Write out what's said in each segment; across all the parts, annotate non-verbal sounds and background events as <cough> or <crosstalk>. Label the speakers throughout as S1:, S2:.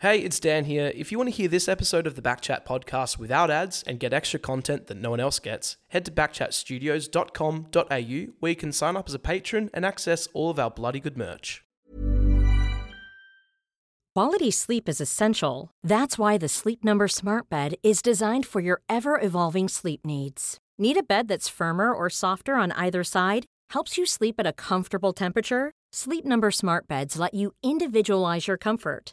S1: Hey, it's Dan here. If you want to hear this episode of the Backchat podcast without ads and get extra content that no one else gets, head to backchatstudios.com.au where you can sign up as a patron and access all of our bloody good merch.
S2: Quality sleep is essential. That's why the Sleep Number Smart Bed is designed for your ever evolving sleep needs. Need a bed that's firmer or softer on either side? Helps you sleep at a comfortable temperature? Sleep Number Smart Beds let you individualize your comfort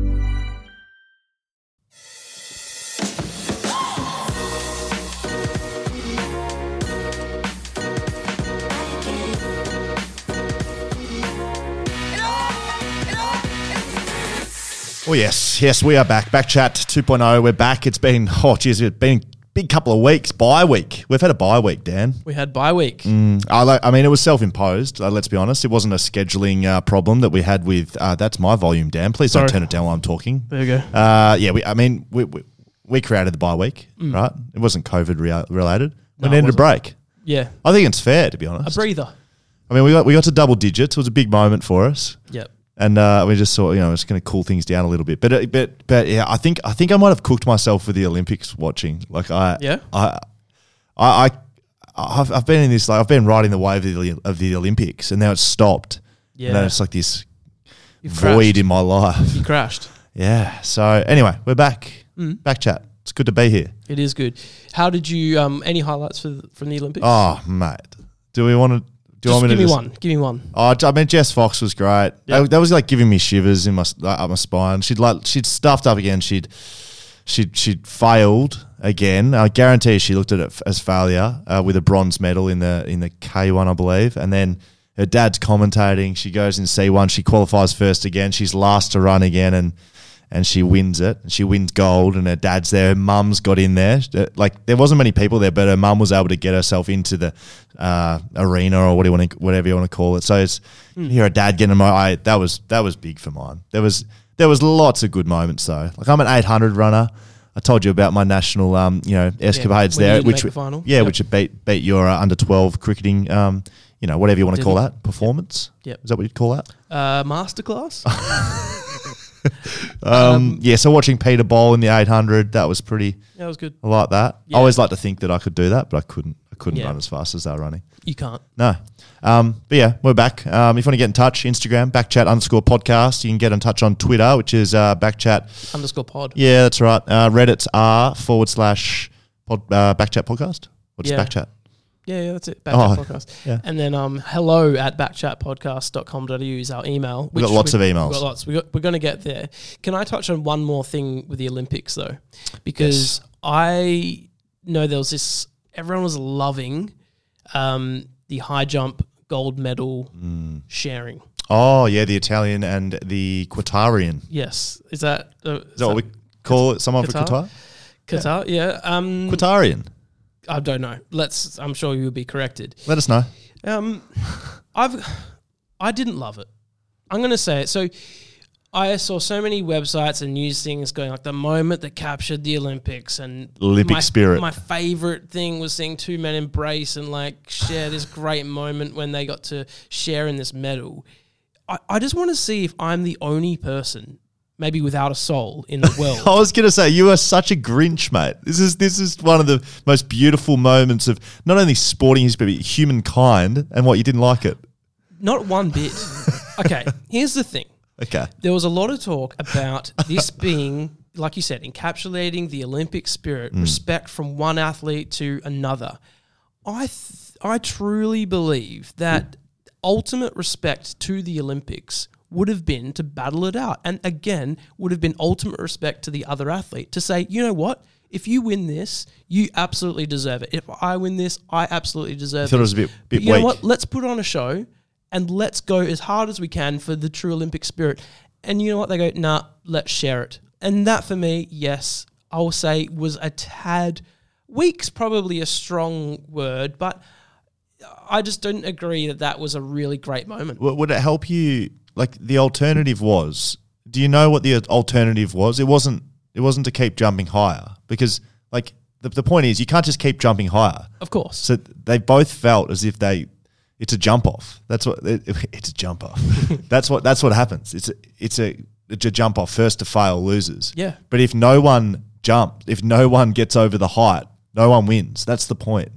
S3: Oh yes, yes, we are back. Back chat 2.0. We're back. It's been oh geez, it's been a big couple of weeks. Bye week. We've had a bye week, Dan. Mm,
S1: We had bye week.
S3: I, like, I mean, it was self-imposed. Uh, let's be honest. It wasn't a scheduling uh, problem that we had with. Uh, that's my volume, Dan. Please
S1: Sorry.
S3: don't turn it down while I'm talking.
S1: There you go.
S3: Uh, yeah, we, I mean, we, we, we created the bye week, right? It wasn't COVID rea- related. We
S1: Mm. No, it
S3: needed a break.
S1: Yeah.
S3: I think it's fair to be honest.
S1: A breather.
S3: I mean, we got we got to double digits. It was a big moment for us.
S1: Yep.
S3: and uh, we just thought, you know, it's going to cool things down a little bit. But it- but but yeah, I think I think I might have cooked myself with the Olympics watching. Like I
S1: Yeah?
S3: I I. I I've, I've been in this like I've been riding the wave of the, of the Olympics and now it's stopped. And
S1: Yeah.
S3: then it's like this
S1: You
S3: void in my life. <laughs>
S1: You crashed.
S3: Yeah. So anyway, we're back.
S1: Mm.
S3: Back chat. It's good to be here.
S1: It is good. How did you? Um, any highlights for, from the Olympics?
S3: Oh mate, do we want to? Do
S1: Just
S3: you want me
S1: give
S3: to
S1: me
S3: just-
S1: one. Give me one.
S3: Oh, I mean, Jess Fox was great. That, that was like giving me shivers in my like, up my spine. She'd like she'd stuffed up again. She'd she'd she'd failed again. I guarantee she looked at it f- as failure uh, with a bronze medal in the in the K one, I believe. And then her dad's commentating. She goes in C one. She qualifies first again. She's last to run again, and and she wins it. And she wins gold. And her dad's there. Her mum's got in there. Uh, Like there wasn't many people there, but her mum was able to get herself into the uh, arena or what do you want to, whatever you want to call it. So it's you hear her dad getting my. I, that was that was big for mine. There was there was lots of good moments though. Like I'm an 800 runner. I told you about my national, um, you know, escapades
S1: when you
S3: there,
S1: didn't
S3: which
S1: make the final.
S3: yeah,
S1: Yep.
S3: which beat beat your uh, under 12 cricketing, um, you know, whatever you want to call that performance.
S1: Yep.
S3: is that what you'd call that?
S1: Uh,
S3: <laughs>
S1: masterclass.
S3: Um, yeah. So watching Peter Bowl in the 800, that was pretty.
S1: that was good.
S3: I like that. I always like to think that I could do that, but I couldn't. I couldn't
S1: Yeah.
S3: run as fast as they were running.
S1: You can't.
S3: No. Um, but yeah, we're back. Um, if you want to get in touch, Instagram, backchat underscore podcast. You can get in touch on Twitter, which is uh, backchat.
S1: Underscore pod.
S3: Yeah, that's right. Uh, Reddit's r forward slash pod, uh, backchat podcast. What's
S1: Yeah.
S3: backchat?
S1: Yeah, yeah, that's it. Backchat
S3: Oh,
S1: podcast.
S3: yeah.
S1: And then um, hello at backchatpodcast.com.au is our email.
S3: We've got lots of emails.
S1: We've got lots. We got, we're going to get there. Can I touch on one more thing with the Olympics, though? Because I know there was this, everyone was loving um, the high jump gold medal
S3: Mm.
S1: sharing.
S3: Oh yeah, the Italian and the Qatarian.
S1: Yes. Is that, uh,
S3: Is that what we call it? Someone
S1: Qatar?
S3: for Qatar?
S1: Qatar? Yeah. Um,
S3: Qatarian.
S1: I don't know. Let's, I'm sure you'll be corrected.
S3: Let us know. <laughs>
S1: Um, I've I didn't love it. I'm going to say it. So I saw so many websites and news things going like the moment that captured the Olympics and
S3: Olympic
S1: my,
S3: spirit.
S1: My favorite thing was seeing two men embrace and like share this great moment when they got to share in this medal. I, I just want to see if I'm the only person, maybe without a soul, in
S3: <laughs>
S1: the world.
S3: I was gonna say you are such a Grinch, mate. This is this is one of the most beautiful moments of not only sporting history but humankind, and what you didn't like it.
S1: Not one bit. Okay, here's the thing.
S3: Okay,
S1: there was a lot of talk
S3: <laughs>
S1: about this being, like
S3: Mm.
S1: you said, encapsulating the Olympic spirit, respect from one athlete to another. I th- I truly believe that ultimate respect to the Olympics would have been to battle it out, and again would have been ultimate respect to the other athlete to say, you know what, if you win this, you absolutely deserve it. If I win this, I absolutely deserve.
S3: thought it was a
S1: this.
S3: bit-
S1: But
S3: bit
S1: you know
S3: weak.
S1: what? Let's put on a show, and let's go as hard as we can for the true Olympic spirit. And you know what? They go, nah, let's share it. And that for me, yes, I will say was a tad weak's probably a strong word, but I just don't agree that that was a really great moment.
S3: W- would it help you? Like the alternative was. Do you know what the alternative was? It wasn't. It wasn't to keep jumping higher because, like, the, the point is you can't just keep jumping higher.
S1: Of course.
S3: So they both felt as if they. It's a jump off. That's what it, <laughs> it's a jump off. that's what that's what happens. It's a, it's a it's a jump off. First to fail loses.
S1: Yeah.
S3: But if no one jumps, if no one gets over the height, no one wins. That's the point.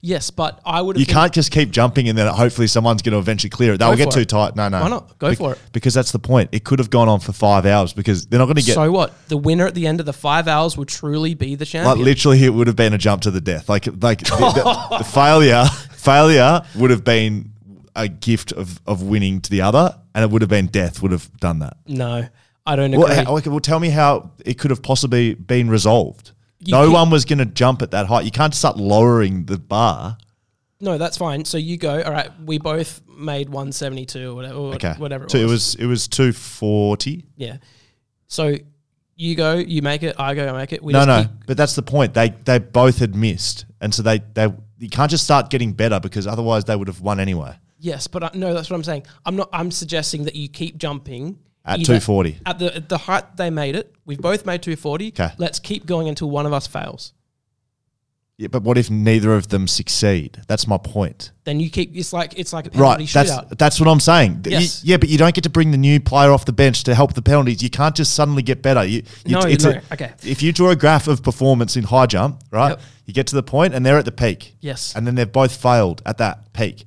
S1: Yes, but I would have
S3: You
S1: been-
S3: can't just keep jumping and then hopefully someone's going to eventually clear it. They'll get
S1: for
S3: too
S1: it.
S3: tight. No, no.
S1: Why not? Go for it.
S3: Because that's the point. It could have gone on for five hours because they're not going to get.
S1: so what? The winner at the end of the five hours will truly be the champion.
S3: like literally, it would have been a jump to the death. Like like the,
S1: <laughs>
S3: the- the failure failure would have been a gift of of winning to the other, and it would have been death would have done that.
S1: no, I don't agree.
S3: Well, how, okay, well, tell me how it could have possibly been resolved.
S1: You
S3: no
S1: keep-
S3: one was going to jump at that height. You can't start lowering the bar.
S1: No, that's fine. So you go. All right, we both made 172 or whatever. Or
S3: Okay,
S1: whatever. It
S3: so
S1: was.
S3: it was it was two forty.
S1: Yeah. So you go, you make it. I go, I make it. We
S3: no,
S1: just
S3: no,
S1: keep-
S3: but that's the point. They they both had missed, and so they they you can't just start getting better because otherwise they would have won anyway.
S1: yes, but I, no, that's what I'm saying. I'm not. I'm suggesting that you keep jumping
S3: At
S1: either
S3: 240.
S1: At the at the height they made it, we've both made 240.
S3: 'Kay.
S1: Let's keep going until one of us fails.
S3: Yeah, but what if neither of them succeed? That's my point.
S1: Then you keep. It's like it's like a penalty
S3: Right, that's
S1: shootout.
S3: that's what I'm saying. Th- you-
S1: Yes.
S3: yeah, but you don't get to bring the new player off the bench to help the penalties. You can't just suddenly get better. You, you-
S1: No,
S3: it's
S1: no,
S3: a-
S1: okay.
S3: If you draw a graph of performance in high jump, right,
S1: Yep.
S3: you get to the point and they're at the peak.
S1: Yes.
S3: and then they've both failed at that peak.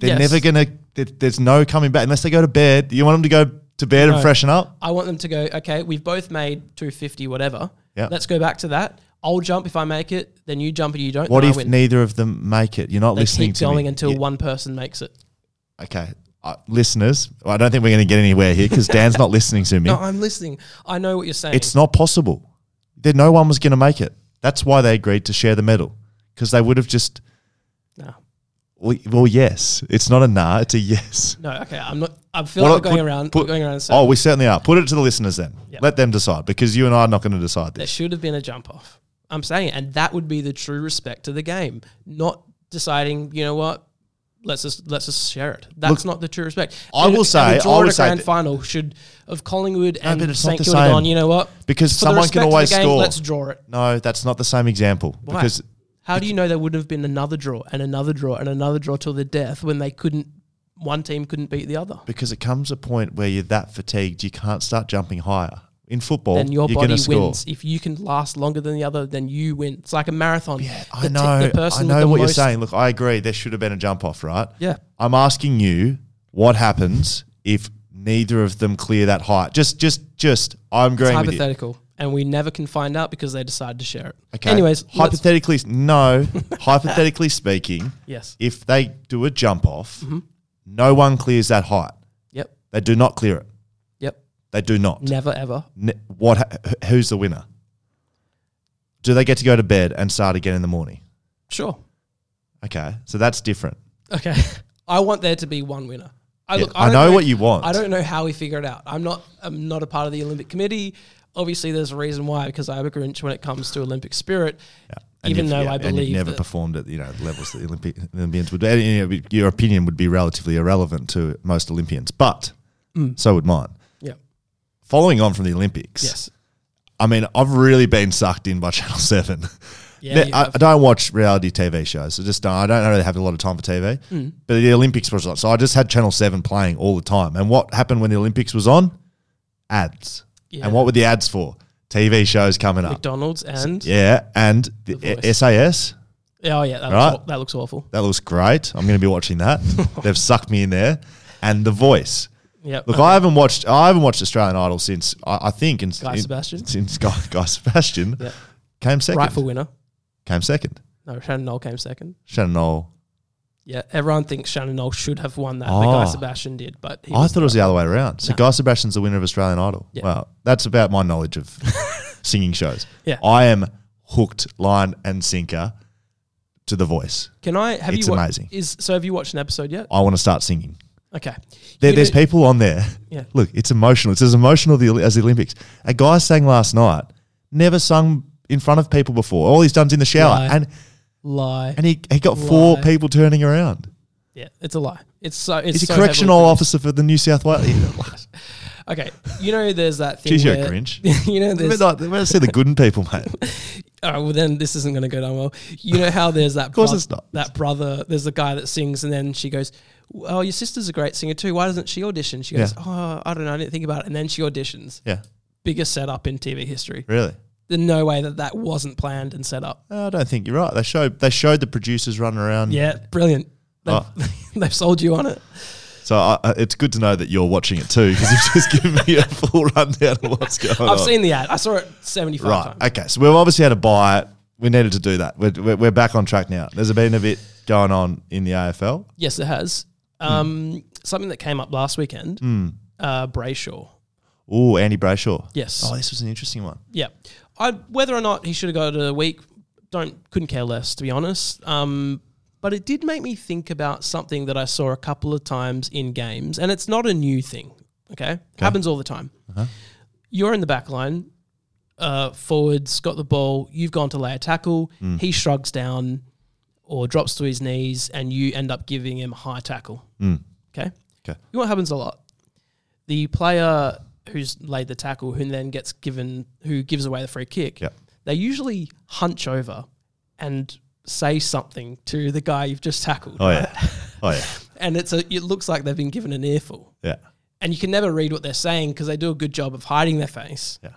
S3: They're
S1: Yes.
S3: never gonna. there- There's no coming back unless they go to bed. You want them to go to bed and
S1: No.
S3: freshen up.
S1: I want them to go. Okay, we've both made 250. Whatever.
S3: Yeah.
S1: Let's go back to that. I'll jump if I make it. Then you jump if you don't.
S3: What
S1: then I
S3: if
S1: win.
S3: neither of them make it? You're not
S1: they
S3: listening
S1: keep
S3: to
S1: going
S3: me.
S1: until
S3: Yeah,
S1: one person makes it?
S3: Okay, uh, listeners, I don't think we're going to get anywhere here because Dan's not listening to me.
S1: <laughs> No, I'm listening. I know what you're saying.
S3: it's not possible. There, no one was going to make it. That's why they agreed to share the medal because they would have just.
S1: no,
S3: Well, well, yes. It's not a nah. It's a yes.
S1: no. Okay, I'm not. I feel
S3: What-
S1: like we're going
S3: put-
S1: around.
S3: put-
S1: we're going around. So
S3: Oh, we certainly are. Put it to the listeners then.
S1: Yeah.
S3: Let them decide because you and I are not going to decide
S1: there
S3: this.
S1: should have been a jump off. I'm saying, it, and that would be the true respect to the game, not deciding. You know what? Let's just let's just share it. That's not the true respect.
S3: I
S1: And-
S3: will
S1: and
S3: say-
S1: the draw
S3: I
S1: at
S3: would
S1: a
S3: say
S1: grand
S3: that-
S1: final should of Collingwood and
S3: but it's not
S1: St
S3: the
S1: Kilda
S3: same.
S1: gone. You know what?
S3: Because
S1: For the
S3: someone
S1: respect
S3: can
S1: of the
S3: always
S1: game,
S3: score.
S1: Let's draw it.
S3: No, that's not the same example
S1: Why?
S3: because
S1: How do you know there would have been another draw and another draw and another draw till the death when they couldn't? One team couldn't beat the other.
S3: because it comes a point where you're that fatigued you can't start jumping higher. In football,
S1: then your
S3: you're
S1: body
S3: going to score.
S1: wins. If you can last longer than the other, then you win. It's like a marathon. Yeah,
S3: I know. I know what you're saying. Look, I agree. There should have been a jump off, right?
S1: Yeah.
S3: I'm asking you, what happens if neither of them clear that height? Just, just, just. I'm
S1: It's
S3: agreeing with you.
S1: hypothetical, and we never can find out because they decide to share it.
S3: Okay.
S1: Anyways, let's-
S3: hypothetically, no.
S1: <laughs>
S3: hypothetically speaking,
S1: yes.
S3: if they do a jump off,
S1: Mm-hmm.
S3: no one clears that height.
S1: Yep.
S3: They do not clear it.
S1: Yep.
S3: They do not.
S1: Never ever.
S3: N- what? ha- Who's the winner? Do they get to go to bed and start again in the morning?
S1: Sure.
S3: Okay, so that's different.
S1: Okay. <laughs> I want there to be one winner. I
S3: Yeah,
S1: look.
S3: I
S1: don't
S3: know what you want.
S1: I don't know how we figure it out. I'm not. I'm not a part of the Olympic Committee. Obviously, there's a reason why because I'm a Grinch when it comes to Olympic spirit.
S3: And
S1: Even
S3: you've-
S1: though
S3: yeah,
S1: I
S3: and
S1: believe
S3: you've never
S1: that-
S3: performed at you know the levels the Olympi- Olympians would. And, you know, your opinion would be relatively irrelevant to most Olympians, but
S1: Mm.
S3: so would mine.
S1: Yeah.
S3: Following on from the Olympics,
S1: Yes.
S3: I mean, I've really been sucked in by <laughs> Channel Seven.
S1: Yeah. you
S3: I,
S1: have.
S3: I don't watch reality TV shows. I just don't, I don't really have a lot of time for TV.
S1: Hmm.
S3: But the Olympics was on, so I just had Channel Seven playing all the time. And what happened when the Olympics was on? Ads.
S1: Yeah.
S3: And what were the ads for? TV shows coming up.
S1: McDonald's and
S3: Ah. Yeah, and the, eh,
S1: Voice.
S3: A- SAS.
S1: oh yeah, that,
S3: Right.
S1: looks, aw- that looks awful.
S3: That looks great. I'm going to be
S1: <laughs>
S3: watching that. They've sucked me in there, and The Voice.
S1: Yep.
S3: Look, I haven't watched. I haven't watched Australian Idol since I, I think in,
S1: Guy
S3: in-
S1: Sebastian?
S3: Since Guy, Guy Sebastian
S1: Yeah.
S3: came second.
S1: rightful winner.
S3: Came second.
S1: No, Shannon Knoll came second.
S3: Shannon Knoll.
S1: Yeah, everyone thinks Shannon Knoll should have won that. The guy
S3: Oh.
S1: Sebastian did, but he
S3: I
S1: was
S3: thought it was the other way around. So
S1: No.
S3: Guy Sebastian's the winner of Australian Idol.
S1: Yeah.
S3: Wow, that's about my knowledge
S1: <laughs>
S3: of singing shows.
S1: Yeah.
S3: I am hooked line and sinker to The Voice.
S1: Can I have
S3: It's
S1: you? wa-
S3: amazing.
S1: Is so? Have you watched an episode yet?
S3: I want to start singing.
S1: Okay.
S3: There,
S1: Give
S3: there's
S1: it-
S3: people on there.
S1: Yeah.
S3: <laughs> Look, it's emotional. It's as emotional the, as the Olympics. A guy sang last night, never sung in front of people before. All he's done's in the shower,
S1: Right.
S3: and
S1: lie.
S3: and he, he got four
S1: Right.
S3: people turning around.
S1: yeah, it's a lie. It's so. It's
S3: He's
S1: so
S3: a correctional
S1: heavily-
S3: officer for the New South
S1: <laughs>
S3: Wales.
S1: Okay, you know there's that thing.
S3: Jeez, you're a
S1: where-
S3: Grinch.
S1: <laughs> you know
S3: We're
S1: there's.
S3: not, we're see the good in people,
S1: <laughs>
S3: mate.
S1: All right, well then this isn't going to go down well. You know how there's that. of
S3: course it's not.
S1: That brother. There's the guy that sings, and then she goes, "Oh, your sister's a great singer too. Why doesn't she audition?" She goes,
S3: Yeah.
S1: "Oh, I don't know. I didn't think about it." And then she auditions.
S3: Yeah,
S1: Biggest setup in TV history.
S3: really.
S1: There's no way that that wasn't planned and set up.
S3: I don't think you're right. They showed they showed the producers running around.
S1: Yeah, brilliant. <laughs> They've,
S3: Oh.
S1: they've sold you on it.
S3: So I, I- it's good to know that you're watching it too because you've just given me a full rundown of what's going on.
S1: I've seen the ad. I saw it 75
S3: Right.
S1: times.
S3: Okay. So we've obviously had to buy it. We needed to do that. We're, we're, we're back on track now. There's been a bit going on in the AFL.
S1: Yes, it has. Um, Something that came up last weekend uh, Brayshaw.
S3: Oh, Andy Brayshaw.
S1: Yes.
S3: Oh, this was an interesting one.
S1: Yeah. I, whether or not he should have got a week, don't couldn't care less, to be honest. Um, but it did make me think about something that I saw a couple of times in games, and it's not a new thing. Okay, happens all the time. You're in the back line, uh, forwards got the ball. You've gone to lay a tackle. He shrugs down or drops to his knees, and you end up giving him a high tackle. Okay.
S3: Okay.
S1: You know what happens a lot? The player who's laid the tackle, who then gets given, who gives away the free kick,
S3: Yep.
S1: they usually hunch over and say something to the guy you've just tackled.
S3: Oh
S1: <laughs>
S3: yeah. Oh yeah.
S1: And it's a, it looks like they've been given an earful.
S3: Yeah.
S1: And you can never read what they're saying because they do a good job of hiding their face.
S3: Yeah.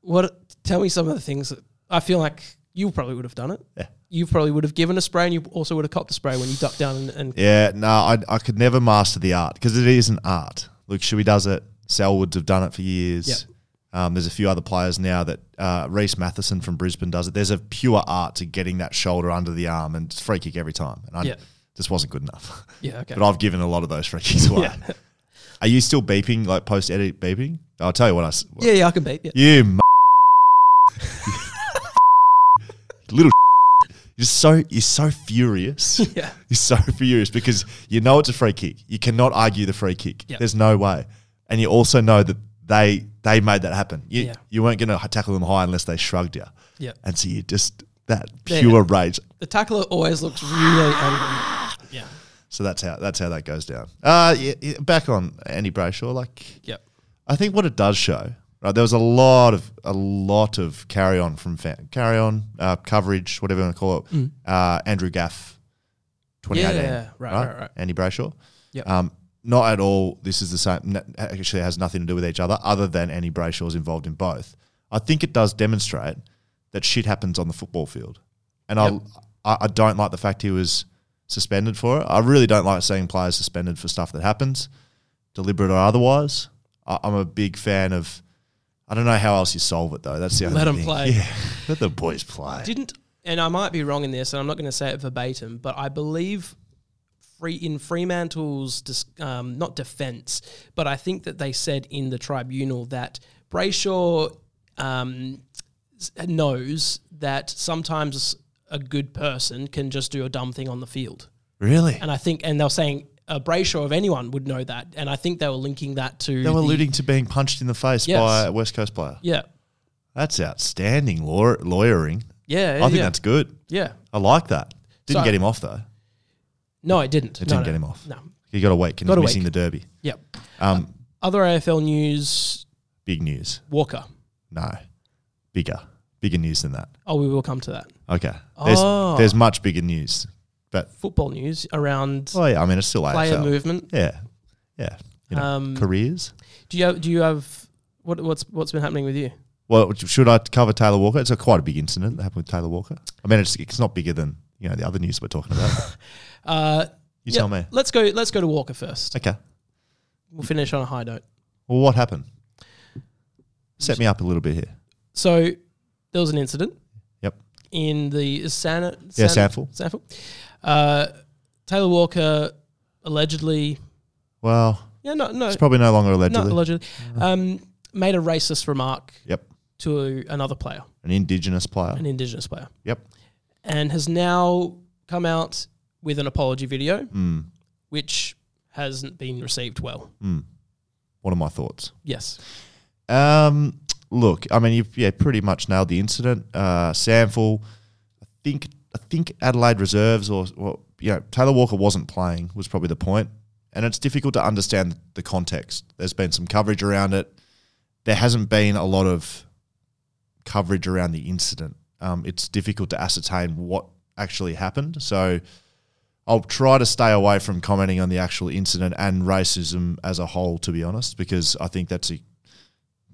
S1: What? Tell me some of the things that I feel like you probably would have done it.
S3: Yeah.
S1: You probably would have given a spray, and you also would have copped a spray when you ducked down and, and
S3: Yeah. No, I, I could never master the art because it is an art. Luke Shuey does it. Selwoods have done it for years.
S1: Yep.
S3: Um, there's a few other players now that uh, Reese Matheson from Brisbane does it. There's a pure art to getting that shoulder under the arm and it's free kick every time. And I
S1: Yeah.
S3: just wasn't good enough. <laughs>
S1: yeah, okay.
S3: But I've given a lot of those free kicks away. <laughs> Are you still beeping, like post edit beeping? I'll tell you what I. s-
S1: yeah, yeah, I can beat. Yeah.
S3: You m- <laughs> little. <laughs> you're so you're so furious.
S1: Yeah.
S3: You're so <laughs> furious because you know it's a free kick. You cannot argue the free kick.
S1: Yep.
S3: There's no way, and you also know that they they made that happen. You
S1: Yeah.
S3: you weren't going to tackle them high unless they shrugged you.
S1: Yeah.
S3: And so you just that
S1: Yeah.
S3: pure rage.
S1: The tackler always looks
S3: <gasps>
S1: really angry. Yeah.
S3: So that's how that's how that goes down. Uh, yeah, yeah, back on Andy Brayshaw, like
S1: Yep.
S3: I think what it does show, right? There was a lot of a lot of carry on from fan, carry on uh, coverage, whatever you want to call it. Uh, Andrew Gaff, twenty eighteen,
S1: Mm. Yeah, right, right, right.
S3: Andy Brayshaw.
S1: Yep.
S3: Um, not at all. This is the same. n- Actually, it has nothing to do with each other, other than Andy Brayshaw is involved in both. I think it does demonstrate that shit happens on the football field, and
S1: Yep.
S3: I, I I don't like the fact he was suspended for it. I really don't like seeing players suspended for stuff that happens, deliberate or otherwise. I, I'm a big fan of. I don't know how else you solve it though. That's the only
S1: Let 'em
S3: thing.
S1: play.
S3: <laughs> Yeah, let the boys play.
S1: Didn't and I might be wrong in this, and I'm not going to say it verbatim, but I believe free in Fremantle's dis, um, not defense, but I think that they said in the tribunal that Brayshaw um, s- knows that sometimes a good person can just do a dumb thing on the field.
S3: really?
S1: And I think, and they were saying uh, Brayshaw, if anyone would know that, and I think they were linking that to
S3: They were
S1: the-
S3: alluding to being punched in the face
S1: Yes.
S3: by a West Coast player.
S1: Yeah,
S3: That's outstanding law- lawyering.
S1: yeah,
S3: I think
S1: yeah,
S3: that's good.
S1: yeah.
S3: I like that. Didn't
S1: So-
S3: get him off though.
S1: No, it didn't.
S3: It
S1: No,
S3: didn't
S1: no,
S3: get him off.
S1: No.
S3: He got a week and
S1: Got
S3: he's
S1: a
S3: missing the
S1: week. Uh,
S3: derby.
S1: Yep.
S3: Um,
S1: Other AFL news:
S3: big news.
S1: Walker.
S3: No, bigger, bigger news than that.
S1: Oh, we will come to that.
S3: Okay. There's
S1: Oh.
S3: there's much bigger news, but
S1: Football news around
S3: oh yeah, I mean it's still
S1: player
S3: AFL.
S1: movement.
S3: Yeah, yeah. You know,
S1: Um,
S3: careers.
S1: Do you have, do you have what what's what's been happening with you?
S3: Well, should I cover Taylor Walker? It's a quite a big incident that happened with Taylor Walker. I mean, it's it's not bigger than you know the other news we're talking about.
S1: <laughs> Uh,
S3: you
S1: yeah,
S3: tell me.
S1: Let's go. Let's go to Walker first.
S3: Okay.
S1: We'll finish on a high note.
S3: Well, what happened? Set me up a little bit here.
S1: So there was an incident.
S3: Yep.
S1: in the San,
S3: Yeah,
S1: San-
S3: Sanford.
S1: Sanford. Uh, Taylor Walker allegedly,
S3: Well,
S1: yeah, no, no,
S3: it's probably no longer
S1: Uh, not
S3: allegedly.
S1: allegedly, um, made a racist remark
S3: yep,
S1: to another player,
S3: an indigenous player.
S1: an Indigenous player,
S3: yep.
S1: and has now come out with an apology video,
S3: Hmm.
S1: which hasn't been received well.
S3: What are my thoughts?
S1: Yes,
S3: Um, look, I mean, you've yeah, pretty much nailed the incident. Uh, Sample, I think, I think Adelaide reserves or, or you know Taylor Walker wasn't playing was probably the point, and it's difficult to understand the context. There's been some coverage around it. There hasn't been a lot of coverage around the incident. Um, it's difficult to ascertain what actually happened. So. I'll try to stay away from commenting on the actual incident and racism as a whole, to be honest, because I think that's a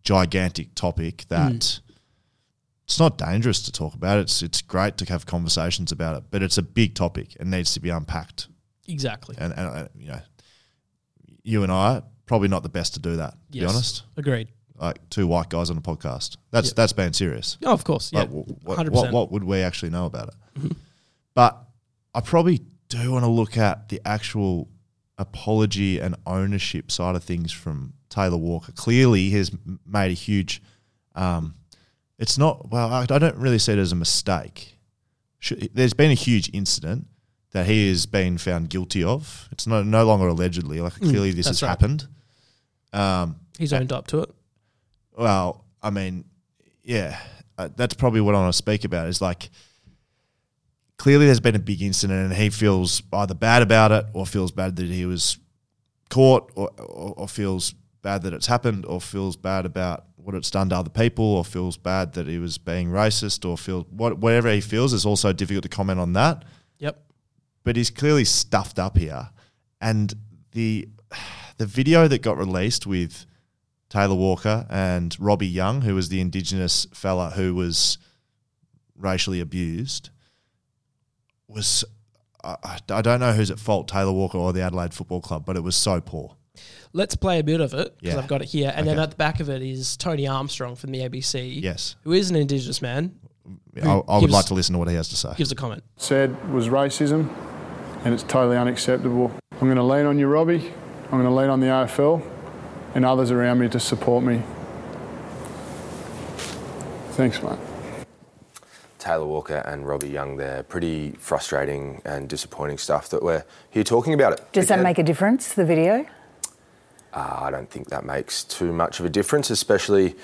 S3: gigantic topic that it's not dangerous to talk about. It's it's great to have conversations about it, but it's a big topic and needs to be unpacked.
S1: exactly.
S3: And, and uh, you know, you and I probably not the best to do that. To
S1: Yes.
S3: be honest,
S1: Agreed.
S3: like two white guys on a podcast. That's that's being serious.
S1: Oh, of course. Yeah,
S3: Like, wh- what,
S1: hundred
S3: what,
S1: percent. Mm-hmm.
S3: what would we actually know about it? But I probably do want to look at the actual apology and ownership side of things from Taylor Walker. Clearly, he has m- made a huge. Um, it's not well. I, I don't really see it as a mistake. Should, there's been a huge incident that he has been found guilty of. It's no no longer allegedly. Like clearly, this
S1: Mm, that's
S3: has
S1: right.
S3: happened. Um,
S1: He's owned up to it.
S3: well, I mean, yeah, uh, that's probably what I want to speak about. Is like clearly there's been a big incident, and he feels either bad about it, or feels bad that he was caught, or, or, or feels bad that it's happened, or feels bad about what it's done to other people, or feels bad that he was being racist, or feels what, whatever he feels. It's also difficult to comment on that
S1: Yep.
S3: but he's clearly stuffed up here. And the the video that got released with Taylor Walker and Robbie Young, who was the indigenous fella who was racially abused, was I, I- I don't know who's at fault, Taylor Walker or the Adelaide Football Club, but it was so poor.
S1: Let's play a bit of it because
S3: Yeah.
S1: I've got it here. And then
S3: Okay.
S1: at the back of it is Tony Armstrong from the ABC,
S3: Yes,
S1: who is an Indigenous man,
S3: I, I would
S1: gives-
S3: like to listen to what he has to say.
S1: gives a comment.
S4: said was racism, and it's totally unacceptable. I'm going to lean on you, Robbie. I'm going to lean on the AFL and others around me to support me. Thanks, mate.
S5: Taylor Walker and Robbie Young there. Pretty frustrating and disappointing stuff that we're here talking about it.
S6: Does that make a difference, the video?
S5: Uh, I don't think that makes too much of a difference, especially.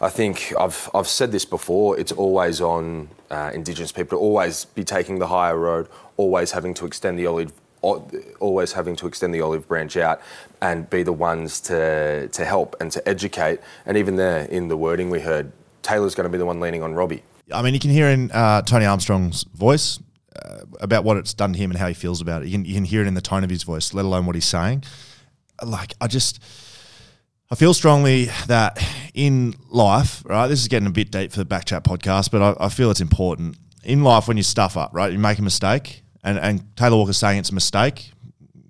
S5: I think I've I've said this before. It's always on uh, Indigenous people to always be taking the higher road, always having to extend the olive, o- always having to extend the olive branch out, and be the ones to to help and to educate. And even there, in the wording we heard, Taylor's going to be the one leaning on Robbie.
S3: I mean, you can hear in uh, Tony Armstrong's voice uh, about what it's done to him and how he feels about it. You can, you can hear it in the tone of his voice, let alone what he's saying. Like, I just, I feel strongly that in life, right? This is getting a bit deep for the Backchat podcast, but I, I feel it's important. In life, when you stuff up, right, you make a mistake, and, and Taylor Walker's saying it's a mistake.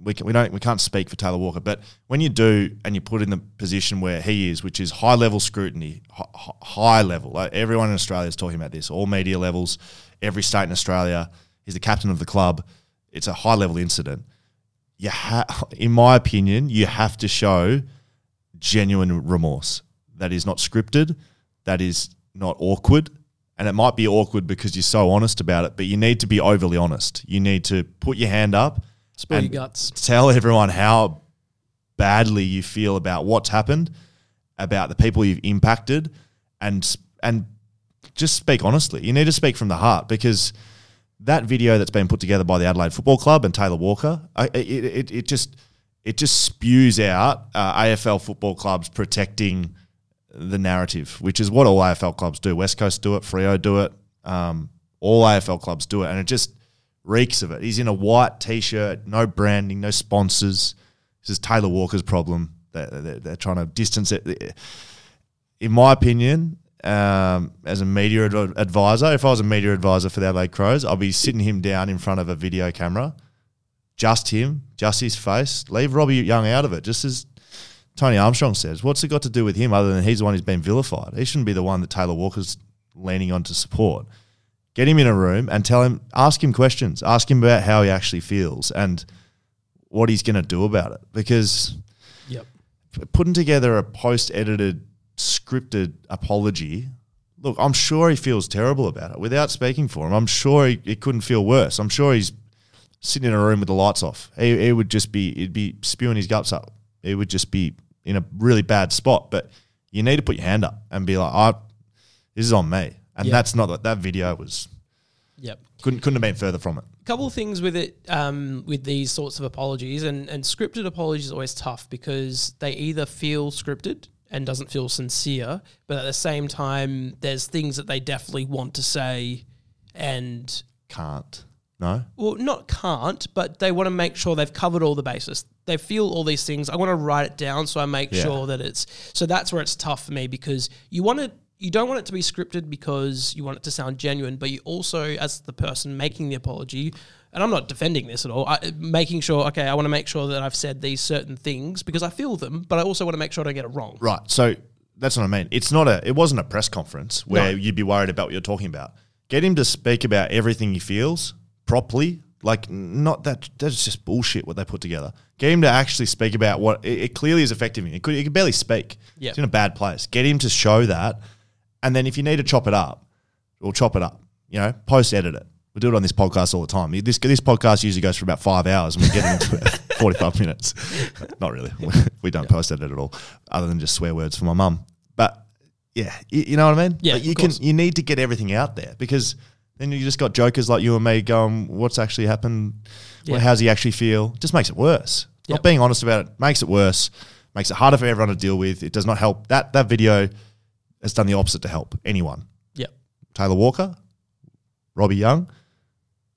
S3: We, can, we don't we can't speak for Taylor Walker, but when you do and you put in the position where he is, which is high level scrutiny, hi- hi- high level, like everyone in Australia is talking about this, all media levels, every state in Australia. He's the captain of the club. It's a high level incident. You ha- in my opinion, you have to show genuine remorse that is not scripted, that is not awkward. And it might be awkward because you're so honest about it, but you need to be overly honest. You need to put your hand up,
S1: Spill your
S3: And-
S1: guts.
S3: tell everyone how badly you feel about what's happened, about the people you've impacted, and and just speak honestly. You need to speak from the heart because that video that's been put together by the Adelaide Football Club and Taylor Walker, I, it, it, it just it just spews out uh, AFL football clubs protecting the narrative, which is what all AFL clubs do. West Coast do it, Frio do it, um, all AFL clubs do it, and it just reeks of it. He's in a white t-shirt, no branding, no sponsors. This is Taylor Walker's problem. They're, they're, they're trying to distance it. In my opinion, um, as a media ad- advisor, if I was a media advisor for the Adelaide Crows, I'd be sitting him down in front of a video camera, just him, just his face. Leave Robbie Young out of it, just as Tony Armstrong says. What's it got to do with him other than he's the one who's been vilified? He shouldn't be the one that Taylor Walker's leaning on to support get him in a room and tell him, ask him questions, ask him about how he actually feels and what he's going to do about it. Because
S1: Yep.
S3: putting together a post-edited, scripted apology. Look, I'm sure he feels terrible about it. Without speaking for him, I'm sure he, it couldn't feel worse. I'm sure he's sitting in a room with the lights off. He, he would just be, it'd be spewing his guts up. It would just be in a really bad spot. But you need to put your hand up and be like, I, this is on me. And
S1: Yeah.
S3: that's not that. That video was
S1: Yep.
S3: couldn't couldn't have been further from it.
S1: couple of things with it um, with these sorts of apologies and, and scripted apologies are always tough because they either feel scripted and doesn't feel sincere but at the same time there's things that they definitely want to say and
S3: Can't. No.
S1: well not can't but they want to make sure they've covered all the bases they feel all these things i want to write it down so i make
S3: Yeah.
S1: sure that it's so that's where it's tough for me because you want to you don't want it to be scripted because you want it to sound genuine but you also as the person making the apology and i'm not defending this at all I, making sure okay i want to make sure that i've said these certain things because i feel them but i also want to make sure i don't get it wrong
S3: Right. So that's what I mean. It's not a. It wasn't a press conference where
S1: No.
S3: you'd be worried about what you're talking about. Get him to speak about everything he feels properly. Like n- not that. That's just bullshit. What they put together. Get him to actually speak about what it, it clearly is affecting him. He could. He could barely speak.
S1: Yeah.
S3: It's in a bad place. Get him to show that, and then if you need to chop it up, we'll chop it up. You know, post edit it. We do it on this podcast all the time. This this podcast usually goes for about five hours, and we get it <laughs> into forty five minutes. Not really. <laughs> We don't post edit at all, other than just swear words for my mum. But yeah, you, you know what I mean.
S1: Yeah,
S3: Like, you
S1: of
S3: can.
S1: course.
S3: You need to get everything out there because then you just got jokers like you and me going, "What's actually happened? Well,
S1: Yeah.
S3: how's he actually feel?" Just makes it worse. Not
S1: Yep.
S3: being honest about it makes it worse. Makes it harder for everyone to deal with. It does not help. That that video has done the opposite to help anyone.
S1: yeah
S3: Taylor Walker, Robbie Young,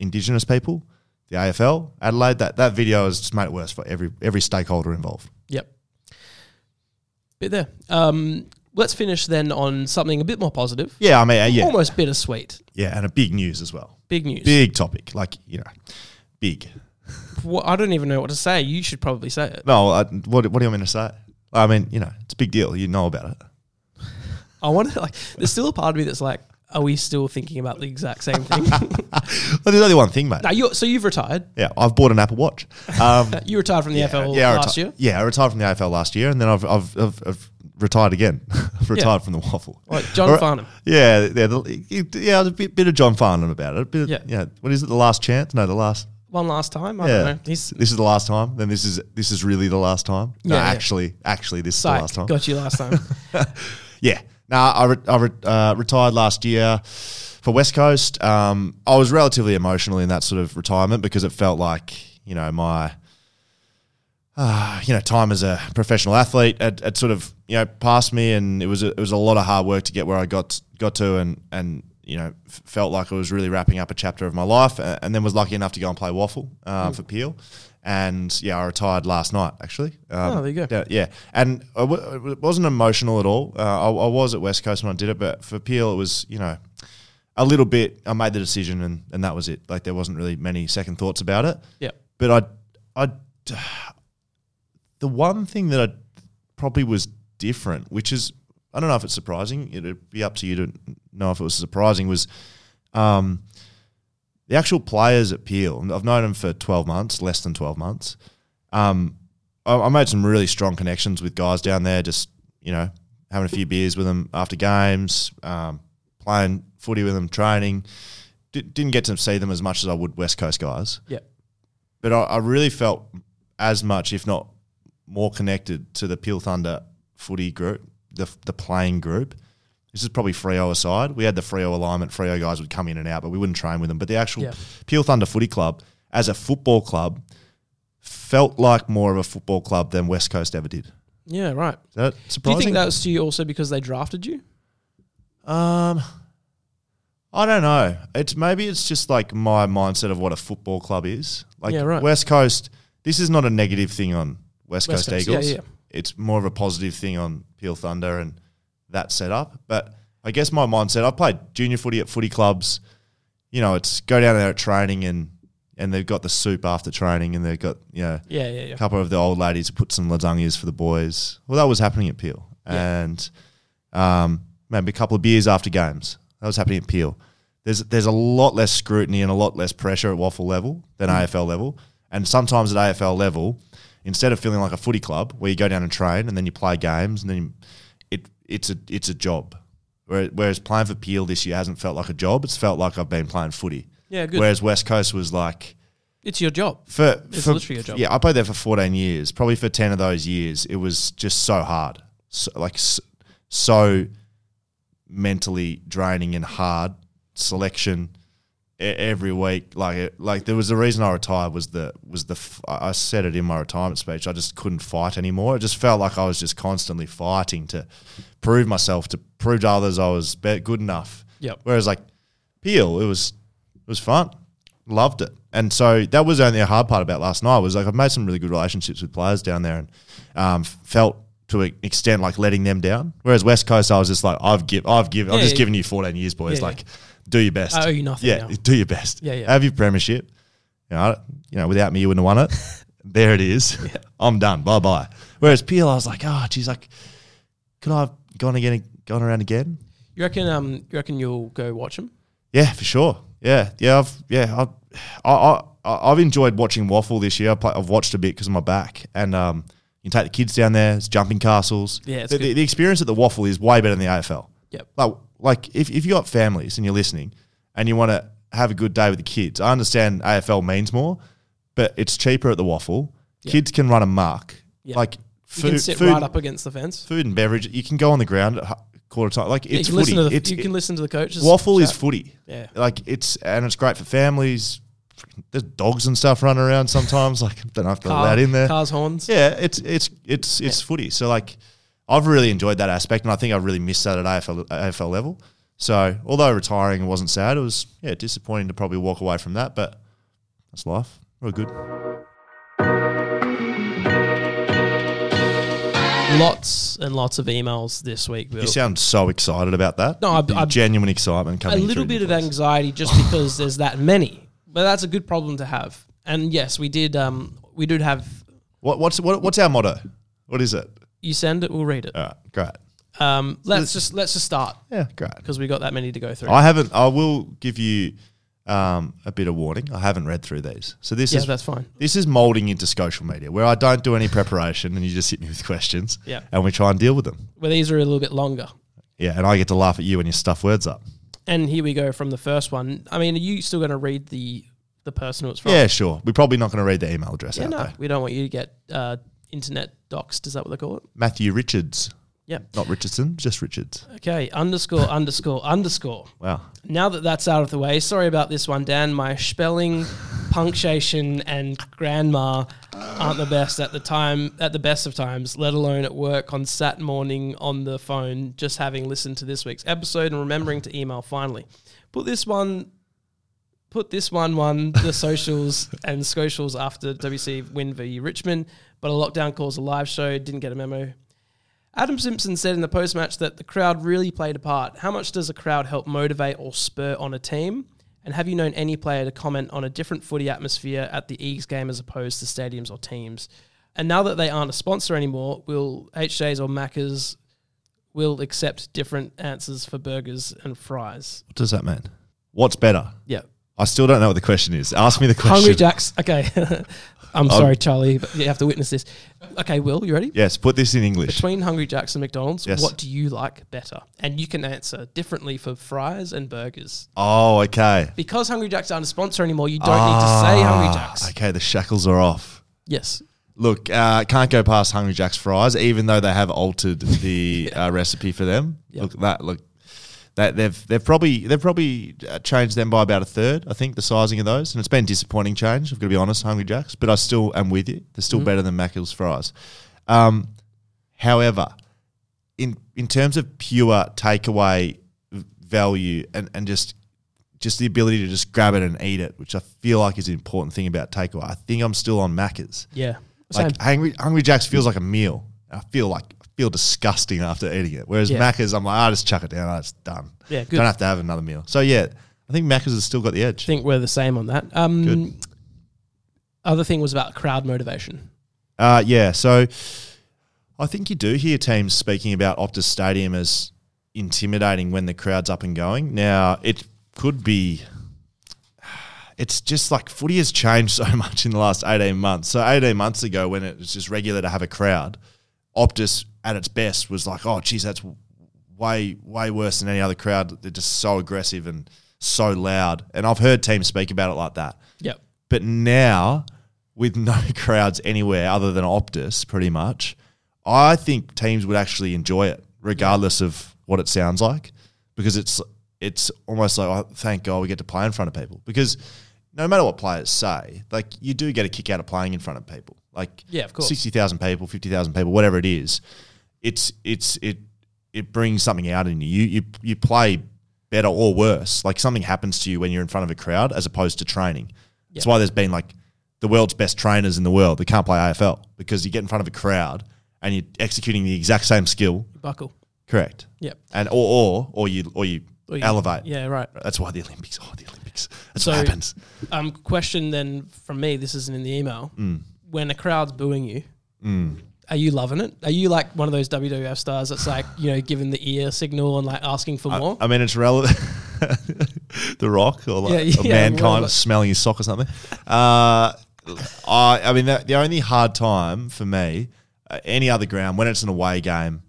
S3: Indigenous people, the AFL, Adelaide. That that video has just made it worse for every every stakeholder involved.
S1: Yep. Bit there. Um, let's finish then on something a bit more positive.
S3: Yeah, I mean, uh, yeah,
S1: Almost bittersweet.
S3: yeah, and a big news as well.
S1: Big news.
S3: Big topic, like you know, big.
S1: Wha- I don't even know what to say. You should probably say it.
S3: No, I, what what do you mean to say? I mean, you know, it's a big deal. You know about it.
S1: I want to like. There's still a part of me that's like, are we still thinking about the exact same thing?
S3: But there's only one thing, mate.
S1: <laughs> now you. So you've retired.
S3: Yeah, I've bought an Apple Watch. Um,
S1: Uh, You retired from <laughs> the AFL
S3: I
S1: last
S3: reti- <laughs>
S1: year.
S3: Yeah, I retired from the AFL last year, and then I've I've, I've, I've retired again. <laughs> I've retired from the waffle.
S1: Like John
S3: Alright.
S1: Farnham.
S3: Yeah, yeah, the, yeah. There's a bit, bit of John Farnham about it. A bit of- yeah.
S1: Yeah.
S3: What is it? The last chance? No, the last.
S1: One last time. I
S3: Yeah.
S1: don't know. He's
S3: this is the last time. Then this is this is really the last time. No,
S1: Yeah, yeah.
S3: actually, actually, this is the
S1: psych.
S3: last time.
S1: Got you last time.
S3: Yeah. Nah, I, re- I re- uh, retired last year for West Coast. Um, I was relatively emotional in that sort of retirement because it felt like, you know, my, uh, you know, time as a professional athlete had, had sort of, you know, passed me and it was a, it was a lot of hard work to get where I got got to and, and you know, f- felt like I was really wrapping up a chapter of my life uh, and then was lucky enough to go and play waffle
S1: Hmm.
S3: uh, for Peel. And yeah, I retired last night actually. Um,
S1: Oh, there you go.
S3: yeah, yeah. And I w- it wasn't emotional at all. Uh, I, I was at West Coast when I did it, but for Peel, it was, you know, a little bit. I made the decision and, and that was it. Like, there wasn't really many second thoughts about it.
S1: Yep.
S3: But I, I, the one thing that I probably was different, which is, I don't know if it's surprising. It'd be up to you to know if it was surprising, was um, the actual players at Peel. and I've known them for 12 months, less than 12 months. Um, I, I made some really strong connections with guys down there. Just you know, having a few beers with them after games, um, playing footy with them, training. D- didn't get to see them as much as I would West Coast guys,
S1: Yep.
S3: but I, I really felt as much, if not more, connected to the Peel Thunder footy group, the the playing group. This is probably Freo aside. We had the Freo alignment. Freo guys would come in and out, but we wouldn't train with them. But the actual
S1: Yeah.
S3: Peel Thunder Footy Club, as a football club, felt like more of a football club than West Coast ever did. Is
S1: Yeah. Right.
S3: that
S1: Do you
S3: surprising?
S1: think that was to you also because they drafted you?
S3: um, I don't know. It's maybe it's just like my mindset of what a football club is. Like
S1: Yeah, right.
S3: West Coast. This is not a negative thing on West,
S1: West Coast,
S3: Coast,
S1: yeah,
S3: Eagles.
S1: yeah.
S3: It's more of a positive thing on Peel Thunder and that setup. But I guess my mindset. I played junior footy at footy clubs. You know, it's go down there at training and and they've got the soup after training and they've got you know
S1: Yeah. Yeah. Yeah.
S3: a couple of the old ladies put some lasagnas for the boys. Well, that was happening at Peel, and um, maybe a couple of beers after games. That was happening at Peel. there's there's a lot less scrutiny and a lot less pressure at waffle level than
S1: Mm.
S3: AFL level. And sometimes at AFL level, instead of feeling like a footy club where you go down and train and then you play games and then you, it it's a it's a job. Whereas- Whereas playing for Peel this year hasn't felt like a job. It's felt like I've been playing footy.
S1: Yeah, good.
S3: Whereas West Coast was like
S1: It's your job.
S3: for,
S1: It's
S3: for-
S1: literally a job.
S3: Yeah, I played there for 14 years. Probably for 10 of those years, it was just so hard, so, like s- so mentally draining and hard. Selection e- every week, like it- like there was a reason I retired was the was the f- I I said it in my retirement speech. I just couldn't fight anymore. It just felt like I was just constantly fighting to prove myself, to prove to others I was be- good enough.
S1: Yep.
S3: Whereas like Peel, it was it was fun. Loved it. And so that was only a hard part about last night was like I've made some really good relationships with players down there and um, felt to an extent like letting them down. Whereas West Coast, I was just like I've give I've give I've
S1: Yeah,
S3: just
S1: yeah.
S3: given you 14 years, boys.
S1: Yeah,
S3: like do your best.
S1: I owe you nothing now.
S3: Yeah, do your best.
S1: Yeah, yeah.
S3: Have your premiership. You know, I don't- you know, without me, you wouldn't have won it.
S1: <laughs>
S3: there it is. <laughs> I'm done. Bye bye. Whereas Peel, I was like, oh, geez, like, could I have gone again, gone around again?
S1: You reckon? Um, you reckon you'll go watch them?
S3: Yeah, for sure. Yeah, yeah, I've yeah, I've, I, I I- I've enjoyed watching Waffle this year. I play, I've watched a bit because of my back, and um, you can take the kids down there. It's jumping castles.
S1: Yeah, it's
S3: the, the,
S1: good.
S3: the experience at the Waffle is way better than the AFL.
S1: Yep.
S3: Like like if if you got families and you're listening and you want to have a good day with the kids, I understand AFL means more, but it's cheaper at the Waffle. Kids can run a mark.
S1: Yeah.
S3: Like
S1: You
S3: food,
S1: can sit
S3: food,
S1: right up against the fence.
S3: food and beverage. You can go on the ground at hu- quarter time. Like
S1: Yeah,
S3: it's
S1: you can listen to
S3: footy.
S1: the
S3: It's-
S1: you
S3: it-
S1: can listen to the coaches.
S3: Waffle is
S1: chat.
S3: footy.
S1: Yeah.
S3: Like it's and it's great for families. There's dogs and stuff running around sometimes. <laughs> Like don't know if they're
S1: Car-
S3: allowed in there.
S1: Cars horns.
S3: Yeah, it's it's it's it's footy. So like I've really enjoyed that aspect and I think I really missed that at AFL AFL level. So although retiring wasn't sad, it was yeah, disappointing to probably walk away from that, but that's life. Real good.
S1: Lots and lots of emails this week. Will.
S3: You sound so excited about that.
S1: No, I've-
S3: The
S1: I've-
S3: genuine excitement
S1: a
S3: coming.
S1: little
S3: through
S1: bit
S3: your
S1: of
S3: voice.
S1: anxiety
S3: <laughs>
S1: just because there's that many, but that's a good problem to have. And yes, we did. Um, we did have.
S3: What, what's what, what's our motto? What is it?
S1: You send it, we'll read it.
S3: All right, great.
S1: Um, let's just let's just start
S3: Yeah, great.
S1: because we got that many to go through.
S3: I haven't. I will give you um, a bit of warning. I haven't read through these, so this
S1: yeah,
S3: is
S1: that's fine.
S3: this is molding into social media, where I don't do any preparation, and you just hit me with questions,
S1: Yeah.
S3: and we try and deal with them.
S1: Well, these are a little bit longer.
S3: Yeah, and I get to laugh at you when you stuff words up.
S1: And here we go from the first one. I mean, are you still going to read the the person who it's from?
S3: Yeah, sure. We're probably not going to read the email address
S1: Oh. Yeah,
S3: out
S1: no,
S3: there.
S1: we don't want you to get uh, internet doxed. Is that what they call it?
S3: Matthew Richards,
S1: Yeah.
S3: not Richardson, just Richards.
S1: Okay. Underscore. underscore. Underscore.
S3: Wow.
S1: Now that that's out of the way, sorry about this one, Dan. My spelling, punctuation, and grandma aren't the best at the time, at the best of times, let alone at work on Sat morning on the phone, just having listened to this week's episode and remembering to email finally. Put this one, put this one, one, the socials and socials after WC win v Richmond, but a lockdown caused a live show, didn't get a memo. Adam Simpson said in the post match that the crowd really played a part. How much does a crowd help motivate or spur on a team? And have you known any player to comment on a different footy atmosphere at the Eagles game as opposed to stadiums or teams? And now that they aren't a sponsor anymore, will HJs or Macca's will accept different answers for burgers and fries?
S3: What does that mean? What's better?
S1: Yeah.
S3: I still don't know what the question is. Ask me the question.
S1: Hungry Jacks. Okay. <laughs> I'm sorry, Charlie, but you have to witness this. Okay, Will, you ready?
S3: Yes, put this in English.
S1: Between Hungry Jack's and McDonald's,
S3: Yes.
S1: what do you like better? And you can answer differently for fries and burgers.
S3: oh, okay.
S1: Because Hungry Jack's aren't a sponsor anymore, you don't need to say Hungry Jack's.
S3: Ah, Okay, the shackles are off.
S1: Yes.
S3: Look, uh, can't go past Hungry Jack's fries, even though they have altered the uh, recipe for them. Look, that look that they've they've probably they've probably uh, changed them by about a third. I think the sizing of those, and it's been a disappointing change. I've got to be honest, Hungry Jack's, but I still am with you. They're still better than Mackill's fries. Um, however, in in terms of pure takeaway v- value and and just just the ability to just grab it and eat it, which I feel like is an important thing about takeaway. I think I'm still on Macca's.
S1: Yeah. Same.
S3: Like Hungry, Hungry Jack's feels like a meal. I feel like I feel disgusting after eating it. Whereas
S1: Yeah.
S3: Macca's, I'm like, I just chuck it down. Ah, It's done.
S1: Yeah, good.
S3: Don't have to have another meal. So yeah, I think Macca's has still got the edge.
S1: I think we're the same on that. Um,
S3: Good.
S1: Other thing was about crowd motivation.
S3: Uh, yeah, so I think you do hear teams speaking about Optus Stadium as intimidating when the crowd's up and going. Now, it's could be. It's just like footy has changed <laughs> so much in the last 18 months. So 18 months ago, when it was just regular to have a crowd, Optus at its best was like, oh, geez, that's way, way worse than any other crowd. They're just so aggressive and so loud. And I've heard teams speak about it like that.
S1: Yep.
S3: But now, with no <laughs> crowds anywhere other than Optus, pretty much, I think teams would actually enjoy it, regardless of what it sounds like, because it's it's almost like, oh, thank God we get to play in front of people. Because no matter what players say, like you do get a kick out of playing in front of people. Like
S1: Yeah, of course.
S3: sixty thousand people, fifty thousand people, whatever it is, it's it's it it brings something out in you. You you you play better or worse. Like something happens to you when you're in front of a crowd as opposed to training. That's why there's been like the world's best trainers in the world that can't play AFL because you get in front of a crowd and you're executing the exact same skill,
S1: Buckle.
S3: correct?
S1: Yep.
S3: And or or or you or you
S1: Or you-
S3: elevate.
S1: Yeah, right.
S3: That's why the Olympics. Oh, the Olympics. That's
S1: So-
S3: what happens.
S1: Um, question then from me. This isn't in the email.
S3: Mm.
S1: When a crowd's booing you, are you loving it? Are you like one of those WWF stars that's like you know giving the ear signal and like asking for more?
S3: I mean, it's relevant. <laughs> the Rock or like
S1: Yeah,
S3: or
S1: yeah,
S3: mankind
S1: whatever.
S3: smelling his sock or something. Uh, I, I mean, the, the only hard time for me, uh, any other ground, when it's an away game,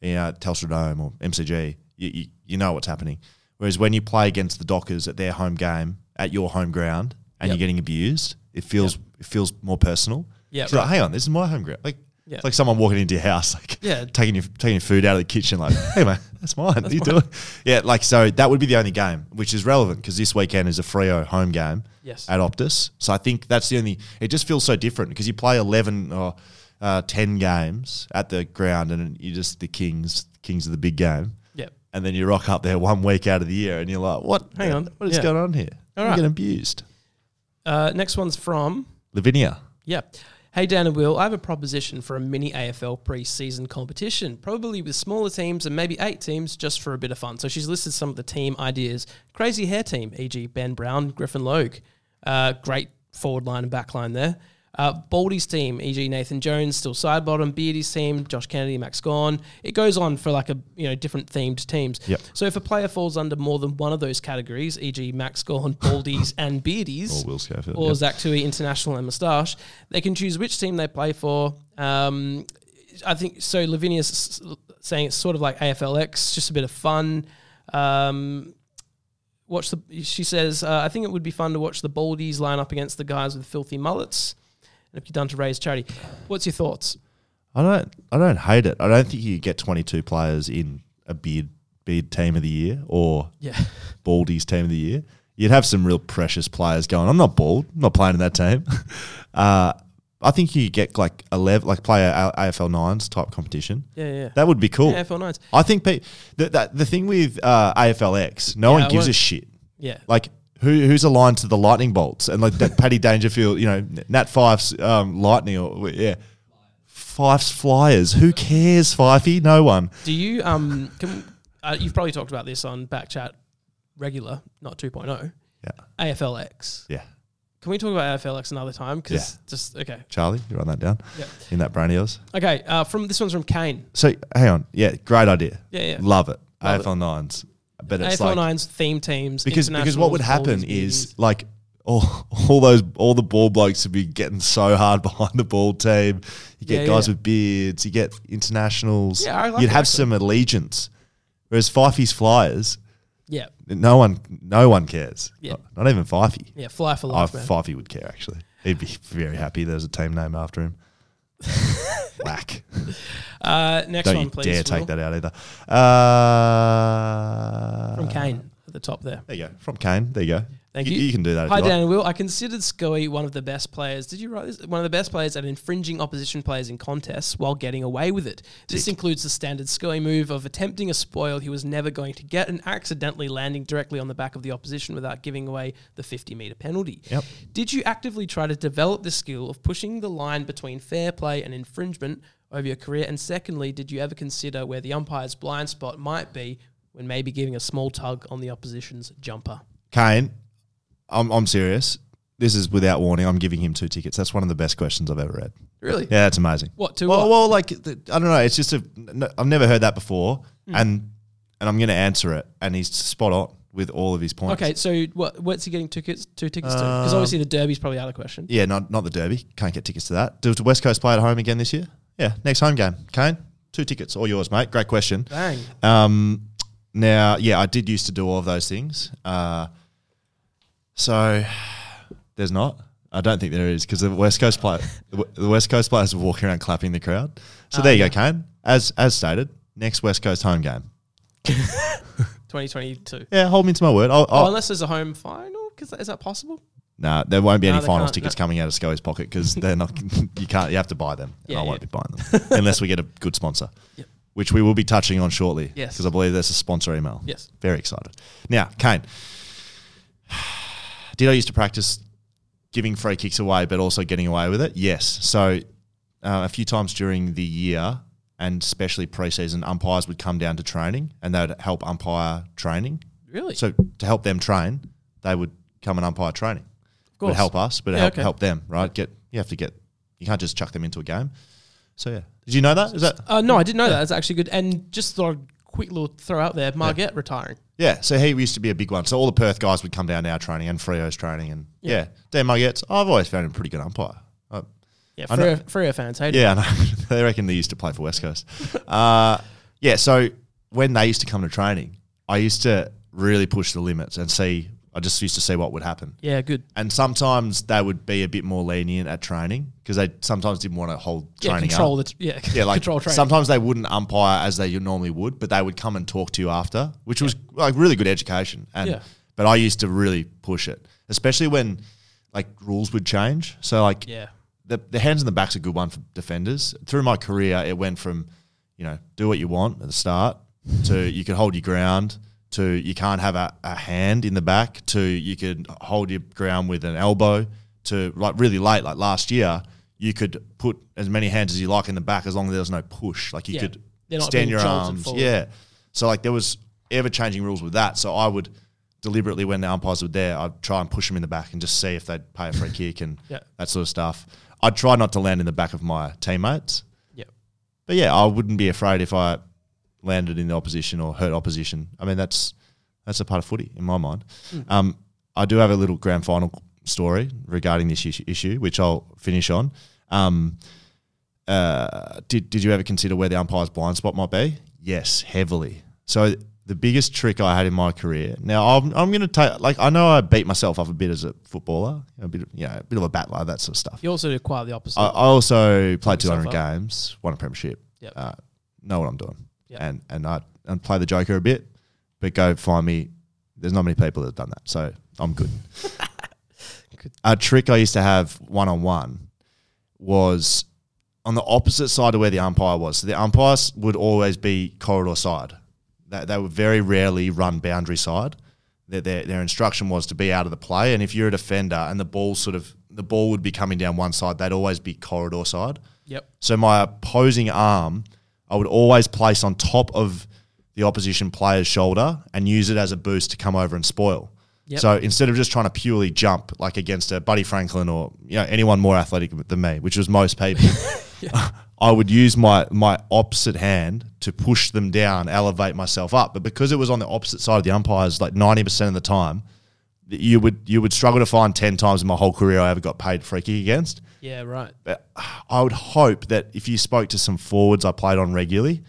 S3: you know, at Telstra Dome or MCG, you, you, you know what's happening. Whereas when you play against the Dockers at their home game, at your home ground, and
S1: Yep.
S3: you're getting abused, it feels it feels more personal.
S1: Yeah,
S3: It's like,
S1: right.
S3: hang on, this is my home ground. Like,
S1: Yeah.
S3: it's like someone walking into your house, like, <laughs>
S1: Yeah.
S3: taking your taking your food out of the
S1: <laughs>
S3: kitchen, like, hey man, that's mine. what are you doing? Yeah, like so that would be the only game which is relevant because this weekend is a Frio home game
S1: Yes.
S3: at Optus. So I think that's the only. It just feels so different because you play eleven or uh, ten games at the ground and you're just the kings, kings of the big game.
S1: Yep.
S3: And then you rock up there one week out of the year and you're like, what?
S1: Hang on.
S3: what is
S1: Yeah.
S3: going on here?
S1: All
S3: I'm
S1: right.
S3: getting abused.
S1: Uh, next one's from
S3: Lavinia.
S1: yeah. Hey Dan and Will, I have a proposition for a mini AFL preseason competition, probably with smaller teams and maybe eight teams, just for a bit of fun. So she's listed some of the team ideas: crazy hair team, e.g., Ben Brown, Griffin Logue, uh, great forward line and back line there. Uh, Baldy's team, e.g., Nathan Jones, still side bottom. Beardy's team, Josh Kennedy, Max Gorn. It goes on for like a you know different themed teams.
S3: Yep.
S1: So if a player falls under more than one of those categories, e.g., Max Gorn, Baldy's, and Beardy's,
S3: Or Will Schofield,
S1: or
S3: yep.
S1: Zach Tui, International, and Moustache, they can choose which team they play for. Um, I think so. Lavinia's s- s- saying it's sort of like AFLX, just a bit of fun. Um, watch the. She says, uh, I think it would be fun to watch the Baldies line up against the guys with filthy mullets. And if you're done to raise charity, what's your thoughts?
S3: I don't I don't hate it. I don't think you get 22 players in a beard beard team of the year or
S1: Yeah,
S3: Baldy's team of the year. You'd have some real precious players going. I'm not bald. I'm not playing in
S1: <laughs>
S3: that team. uh, I think you get like 11, like player AFL nines type competition.
S1: yeah, yeah.
S3: That would be cool.
S1: Yeah, AFL nines.
S3: I think pe- the, that, the thing with uh, AFLX, no
S1: Yeah,
S3: one
S1: I
S3: gives a
S1: won't-
S3: shit.
S1: yeah.
S3: Like who who's aligned to the lightning bolts and
S1: <laughs>
S3: like that Paddy Dangerfield, you know, Nat Fife's um, lightning or yeah, Fife's flyers. Who cares, Fifey? No one.
S1: Do you um? Can, uh, you've probably talked about this on Backchat regular, not oh, 2.0.
S3: Yeah,
S1: AFLX.
S3: yeah.
S1: Can we talk about AFLX another time? Because just okay,
S3: Charlie, you write that down
S1: Yeah.
S3: in that brain of yours.
S1: okay. Uh, from this one's from Kane.
S3: So hang on, yeah, great idea.
S1: Yeah, yeah.
S3: love it.
S1: Love
S3: AFL nines, but it's
S1: AFL
S3: like
S1: Nines theme teams
S3: because because what would
S1: internationals, all
S3: happen
S1: these
S3: is
S1: meetings.
S3: like all, <laughs> all those all the ball blokes would be getting so hard <laughs> behind the ball team. You get
S1: Yeah,
S3: guys
S1: yeah.
S3: with beards, you get internationals.
S1: Yeah, I like
S3: you'd
S1: that
S3: have
S1: actually.
S3: some allegiance. Whereas Fifey's Flyers,
S1: yeah,
S3: no one no one cares.
S1: Yeah.
S3: Not, not even Fifey.
S1: yeah, fly for
S3: I,
S1: life, man.
S3: Fifey would care actually. He'd be very happy there's a team name
S1: <laughs>
S3: after him. Whack.
S1: Uh, next
S3: <laughs> Don't
S1: one,
S3: you
S1: please.
S3: dare
S1: Will.
S3: take that out either. Uh,
S1: from Kane at the top there.
S3: There you go. From Kane. There you go.
S1: Thank
S3: you.
S1: you.
S3: You can do that. if
S1: Hi
S3: you like.
S1: Dan and Will. I considered Scully one of the best players. Did you write this? One of the best players at infringing opposition players in contests while getting away with it. This includes the standard Scully move of attempting a spoil he was never going to get and accidentally landing directly on the back of the opposition without giving away the 50 meter penalty.
S3: Yep.
S1: Did you actively try to develop the skill of pushing the line between fair play and infringement over your career? And secondly, did you ever consider where the umpire's blind spot might be when maybe giving a small tug on the opposition's jumper?
S3: Kane, I'm, I'm serious. This is without warning. I'm giving him two tickets. That's one of the best questions I've ever read.
S1: Really?
S3: Yeah, that's amazing.
S1: What, two
S3: Well,
S1: what?
S3: well, like the, I don't know. It's
S1: Hmm.
S3: just a. No, I've never heard that before, and and I'm going to answer it, and he's spot on. with all of his points.
S1: Okay, so what, what's he getting tickets? Two tickets to? Because
S3: Um,
S1: obviously the derby's probably out of the question.
S3: Yeah, not not the derby. Can't get tickets to that. Does West Coast play at home again this year? Yeah, next home game. Kane, two tickets, all yours, mate. Great question.
S1: Bang.
S3: Um, now, yeah, I did used to do all of those things. Uh, so there's not. I don't think there is because the West Coast play, the W- the West Coast players were walking around clapping the crowd. So there you
S1: Oh,
S3: go, Kane. As as stated, next West Coast home game.
S1: 2022.
S3: Yeah, hold me to my word. I'll,
S1: Oh,
S3: I'll,
S1: unless there's a home final, because is that possible?
S3: Nah, there won't be
S1: No,
S3: any
S1: they
S3: finals
S1: can't,
S3: tickets
S1: no.
S3: coming out of Scoey's pocket because they're not. <laughs> You can't. You have to buy them. and
S1: Yeah,
S3: I won't
S1: yeah.
S3: be buying them unless we get a good sponsor,
S1: <laughs> Yep.
S3: which we will be touching on shortly.
S1: Yes.
S3: because I believe there's a sponsor email.
S1: Yes.
S3: very excited. Now, Kane, did I used to practice giving free kicks away, but also getting away with it? Yes. So uh, a few times during the year and especially preseason, umpires would come down to training and they would help umpire training.
S1: Really?
S3: So to help them train, they would come and umpire training. It would
S1: course.
S3: help us, but it
S1: Yeah,
S3: help,
S1: okay.
S3: help them, right? Get you have to get you can't just chuck them into a game. So yeah, did you know that? Is that
S1: Uh, no, I didn't know that. That's actually good. And just thought I'd quick little throw out there, Margette retiring.
S3: yeah? So he used to be a big one. So all the Perth guys would come down to our training and Freo's training, and yeah, Dan Muggett's. I've always found him a pretty good umpire. I,
S1: Yeah,
S3: I know-
S1: Freo, Freo fans hate
S3: Yeah, I know. <laughs> they reckon they used to play for West
S1: <laughs>
S3: Coast. Uh, yeah, so when they used to come to training, I used to really push the limits and see. I just used to see what would happen.
S1: Yeah, good.
S3: And sometimes they would be a bit more lenient at training because they sometimes didn't want to hold
S1: Yeah,
S3: training
S1: control
S3: up.
S1: the t- yeah,
S3: <laughs> yeah, like
S1: control training.
S3: sometimes they wouldn't umpire as they normally would, but they would come and talk to you after, which was like really good education. And
S1: Yeah.
S3: but I used to really push it, especially when like rules would change. So like
S1: yeah,
S3: the, the hands in the back's a good one for defenders. Through my career, it went from, you know, do what you want at the start to you can hold your ground to you can't have a, a hand in the back to you can hold your ground with an elbow to like really late, like last year, you could put as many hands as you like in the back as long as there was no push. Like you
S1: Yeah.
S3: could
S1: They're not
S3: extend
S1: being
S3: your
S1: jolted
S3: arms.
S1: forward.
S3: Yeah. So like there was ever changing rules with that. So I would deliberately when the umpires were there, I'd try and push them in the back and just see if they'd pay a free kick and
S1: Yeah.
S3: that sort of stuff. I'd try not to land in the back of my teammates.
S1: yeah.
S3: But yeah, I wouldn't be afraid if I landed in the opposition or hurt opposition. I mean, that's that's a part of footy in my mind. Um, I do have a little grand final story regarding this issue, issue which I'll finish on. Um, uh, did did you ever consider where the umpire's blind spot might be? Yes, heavily. So the biggest trick I had in my career. Now I'm I'm gonna take like I know I beat myself up a bit as a footballer, a bit of, you know a bit of a battler that sort of stuff.
S1: You also do quite the opposite.
S3: I, I also played
S1: yourself
S3: 200 games, won a premiership.
S1: Yep.
S3: Uh, know what I'm doing,
S1: Yep.
S3: and and I and play the Joker a bit, but go find me. There's not many people that have done that, so I'm good.
S1: <laughs> Good.
S3: A trick I used to have one on one was on the opposite side of where the umpire was. So the umpires would always be corridor side. They, they would very rarely run boundary side. Their, their, their instruction was to be out of the play. And if you're a defender and the ball sort of, the ball would be coming down one side, they'd always be corridor side.
S1: yep.
S3: So my opposing arm, I would always place on top of the opposition player's shoulder and use it as a boost to come over and spoil.
S1: Yep.
S3: So instead of just trying to purely jump like against a Buddy Franklin or you know anyone more athletic than me, which was most people, <laughs> I would use my my opposite hand to push them down, elevate myself up. But because it was on the opposite side of the umpires, like ninety percent of the time, that you would you would struggle to find ten times in my whole career I ever got paid free kick against.
S1: Yeah, right.
S3: But I would hope that if you spoke to some forwards I played on regularly,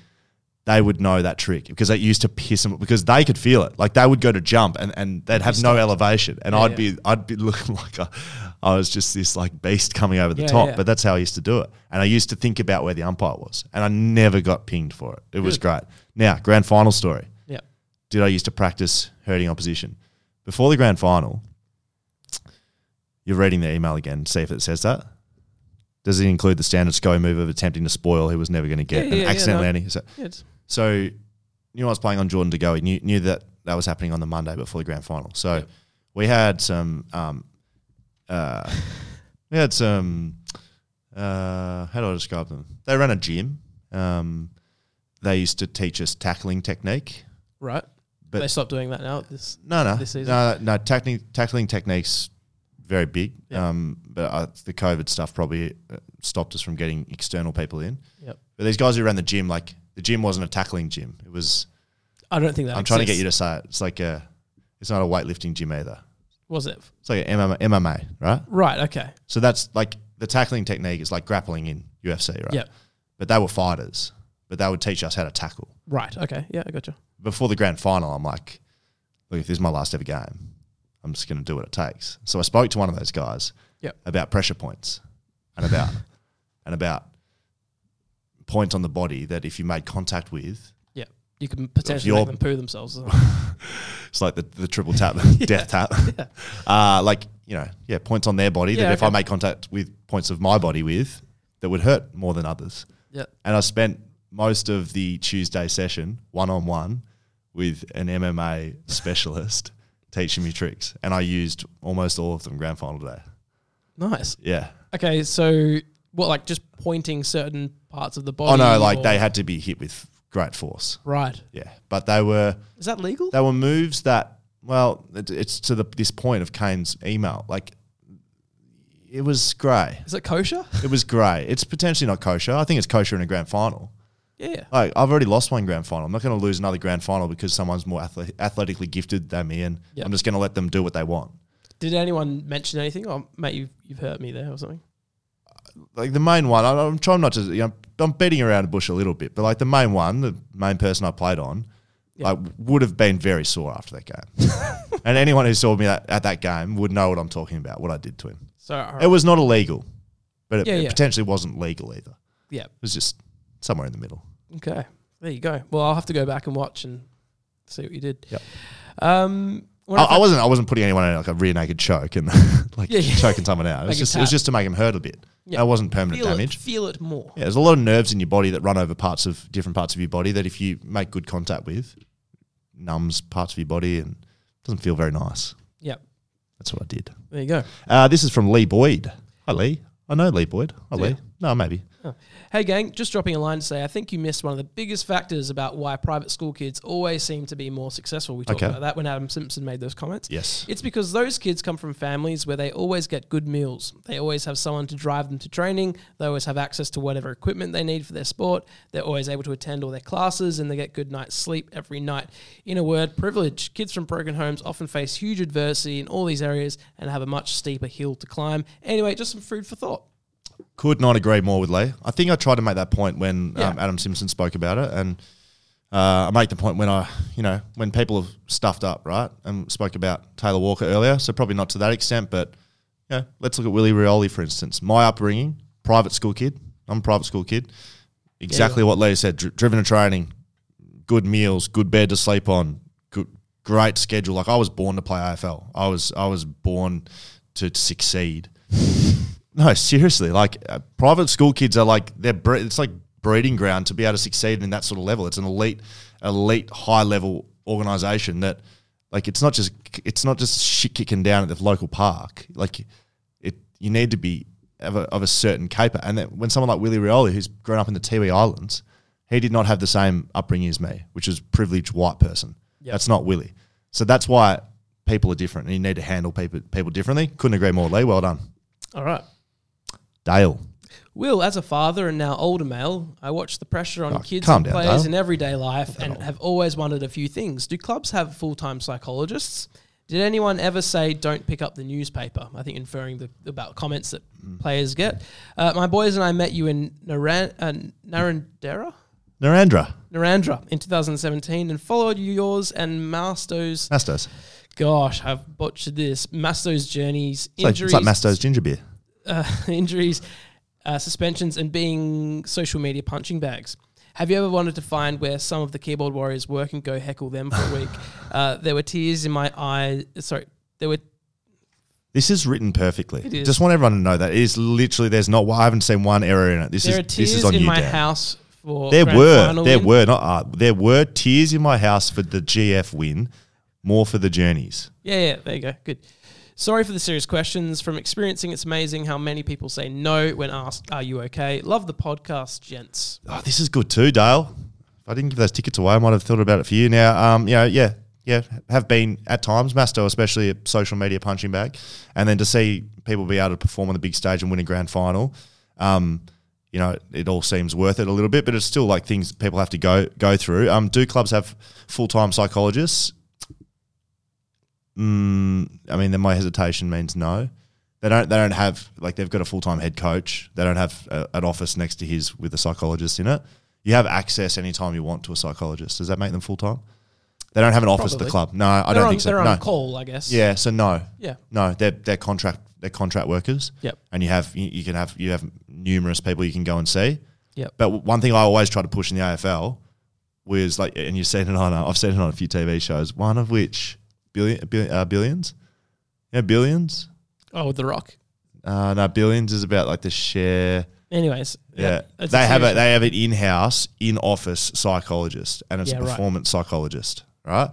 S3: they would know that trick because it used to piss them because they could feel it. Like they would go to jump and, and they'd have no elevation, and I'd
S1: yeah.
S3: be I'd be <laughs> looking like a, I was just this like beast coming over the
S1: Yeah,
S3: top.
S1: yeah.
S3: But that's how I used to do it, and I used to think about where the umpire was, and I never got pinged for it. It was great. Now grand final story
S1: Yep.
S3: did I used to practice hurting opposition. Before the grand final, you're reading the email again, see if it says that. Does it include the standard SCO move of attempting to spoil who was never going to get
S1: Yeah,
S3: and
S1: yeah, yeah,
S3: accidentally
S1: no.
S3: landing? So,
S1: Yeah, it's-
S3: so knew I was playing on Jordan Degoe, knew, knew that that was happening on the Monday before the grand final. So we had some, um, uh, we had some, uh, how do I describe them? They ran a gym. Um, they used to teach us tackling technique.
S1: right.
S3: But-
S1: they stopped doing that now. This
S3: No, no,
S1: this season?
S3: no, no. Tackling, tackling techniques very big.
S1: Yeah.
S3: Um, but uh, the COVID stuff probably uh, stopped us from getting external people in.
S1: Yep.
S3: But these guys who ran the gym, like the gym wasn't a tackling gym. It was.
S1: I don't think that.
S3: I'm trying to get you to say it. It's like a It's not a weightlifting gym either.
S1: Was it?
S3: It's like an MMA, MMA, right?
S1: Right, okay.
S3: So that's like the tackling technique is like grappling in UFC, right?
S1: Yep.
S3: But they were fighters, but they would teach us how to tackle.
S1: Right, okay. Yeah, I gotcha.
S3: Before the grand final, I'm like, look, if this is my last ever game, I'm just going to do what it takes. So I spoke to one of those guys
S1: Yep.
S3: about pressure points
S1: <laughs>
S3: and about and about points on the body that if you made contact with,
S1: Yeah. You can potentially
S3: your-
S1: make them poo themselves.
S3: <laughs> it's like the, the
S1: <laughs>
S3: triple tap, death tap. <laughs> Uh, like, you know, yeah, points on their body that
S1: Yeah,
S3: if I
S1: okay.
S3: made contact with points of my body with, that would hurt more than others.
S1: yeah.
S3: And I spent most of the Tuesday session one on one with an MMA specialist <laughs> teaching me tricks. And I used almost all of them grand final day.
S1: Nice.
S3: Yeah.
S1: Okay, so what, like just pointing certain parts of the body?
S3: Oh no, like
S1: or-
S3: they had to be hit with great force.
S1: Right.
S3: Yeah. But they were
S1: Is that legal?
S3: they were moves that well, it, it's to the this point of Kane's email. Like it was grey.
S1: Is it kosher?
S3: It was grey. It's potentially not kosher. I think it's kosher in a grand final.
S1: yeah.
S3: Like I've already lost one grand final. I'm not going to lose another grand final because someone's more athle- athletically gifted than me, and
S1: Yeah.
S3: I'm just going to let them do what they want.
S1: Did anyone mention anything? Oh, mate, you've, you've hurt me there or something.
S3: Like the main one, I- I'm trying not to. You know, I'm beating around the bush a little bit, but like the main one, the main person I played on, like would have been very sore after that game. and anyone who saw me that, at that game would know what I'm talking about, what I did to him.
S1: <laughs> So, all
S3: It
S1: right.
S3: was not illegal, but it,
S1: Yeah,
S3: it
S1: yeah.
S3: potentially wasn't legal either. It
S1: yeah.
S3: was just somewhere in the middle.
S1: Okay. There you go. Well, I'll have to go back and watch and see what you did.
S3: Yep.
S1: Um, what
S3: I,
S1: if
S3: I wasn't. I wasn't putting anyone in like a rear naked choke and <laughs> like
S1: Yeah, yeah.
S3: choking someone out. It
S1: Like
S3: was
S1: a
S3: just. It was
S1: tap.
S3: just to make him hurt a bit.
S1: Yeah.
S3: That wasn't permanent
S1: feel
S3: damage.
S1: It, feel it more.
S3: Yeah, there's a lot of nerves in your body that run over parts of different parts of your body that if you make good contact with, numbs parts of your body and doesn't feel very nice.
S1: Yep.
S3: That's what I did.
S1: There you go.
S3: Uh, this is from Lee Boyd. Hi Lee. I know Lee Boyd. Hi
S1: Do
S3: Lee.
S1: you?
S3: No, maybe.
S1: Hey, gang, just dropping a line to say I think you missed one of the biggest factors about why private school kids always seem to be more successful. We talked
S3: Okay.
S1: about that when Adam Simpson made those comments.
S3: Yes.
S1: It's because those kids come from families where they always get good meals. They always have someone to drive them to training. They always have access to whatever equipment they need for their sport. They're always able to attend all their classes and they get good night's sleep every night. In a word, privilege. Kids from broken homes often face huge adversity in all these areas and have a much steeper hill to climb. Anyway, just some food for thought.
S3: Could not agree more with Lee. I think I tried to make that point when
S1: Yeah.
S3: um, Adam Simpson spoke about it, and uh, I make the point when I, you know, when people have stuffed up, right, and spoke about Taylor Walker earlier. So probably not to that extent, but yeah, let's look at Willie Rioli for instance. My upbringing, private school kid. I'm a private school kid. Exactly what Lee said. Dri- driven to training, good meals, good bed to sleep on, good, great schedule. Like I was born to play AFL. I was I was born to succeed. No, seriously. Like uh, private school kids are like they're bre- it's like breeding ground to be able to succeed in that sort of level. It's an elite, elite, high level organization that like it's not just it's not just shit kicking down at the local park. Like it, you need to be of a, of a certain caper. And then when someone like Willie Rioli, who's grown up in the Tiwi Islands, he did not have the same upbringing as me, which is privileged white person. That's not Willie. So that's why people are different, and you need to handle people people differently. Couldn't agree more, Lee. Well done.
S1: All right.
S3: Dale.
S1: Will, as a father and now older male, I watch the pressure on
S3: Oh,
S1: kids
S3: calm
S1: and
S3: down,
S1: players
S3: Dale.
S1: in everyday life and have always wondered a few things. Do clubs have full time psychologists? Did anyone ever say don't pick up the newspaper? I think inferring the, about comments that
S3: Mm.
S1: players get. Uh, my boys and I met you in Naran, uh, Narandera?
S3: Narendra.
S1: Narandra in 2017 and followed yours and Masto's,
S3: Mastos.
S1: gosh, I've butchered this, Masto's journeys,
S3: It's like,
S1: injuries,
S3: it's like Mastos ginger beer.
S1: <laughs> injuries, uh, suspensions, and being social media punching bags. Have you ever wanted to find where some of the keyboard warriors work and go heckle them for
S3: <laughs>
S1: a week? Uh, there were tears in my eyes. Sorry, there were.
S3: This is written perfectly.
S1: It is.
S3: Just want everyone to know that it is literally there's not. I haven't seen one error in it. This
S1: There
S3: is
S1: are tears
S3: this is on
S1: in
S3: you,
S1: my
S3: Dan.
S1: house for.
S3: There
S1: grand
S3: were
S1: final
S3: there
S1: win.
S3: were not uh, there were tears in my house for the GF win, more for the journeys.
S1: Yeah, yeah. There you go. Good. Sorry for the serious questions. From experiencing, it's amazing how many people say no when asked, "Are you okay?" Love the podcast, gents.
S3: Oh, this is good too, Dale. If I didn't give those tickets away, I might have thought about it for you. Now, um, you know, yeah, yeah, have been at times, Masto, especially a social media punching bag, and then to see people be able to perform on the big stage and win a grand final, um, you know, it all seems worth it a little bit, but it's still like things that people have to go go through. Um, do clubs have full time psychologists? mm, I mean, then my hesitation means no. They don't. They don't have like they've got a full time head coach. They don't have a, an office next to his with a psychologist in it. You have access anytime you want to a psychologist. Does that make them full time? They don't have an office at the
S1: Probably.
S3: club. No, I
S1: they're
S3: don't
S1: on,
S3: think so.
S1: They're
S3: no.
S1: on call, I guess.
S3: Yeah, so no.
S1: Yeah.
S3: No, they're they're contract they're contract workers.
S1: Yep.
S3: And you have you, you can have you have numerous people you can go and see.
S1: Yep.
S3: But w- one thing I always try to push in the AFL was like, and you've seen it on, uh, I've seen it on a few TV shows. One of which billion, billion uh, billions, yeah, billions.
S1: Oh, with The Rock.
S3: Uh, no, billions is about like the share.
S1: Anyways.
S3: Yeah,
S1: that's
S3: they have
S1: serious-
S3: a, they have an in house in office psychologist, and it's
S1: Yeah,
S3: a
S1: right.
S3: performance psychologist, right?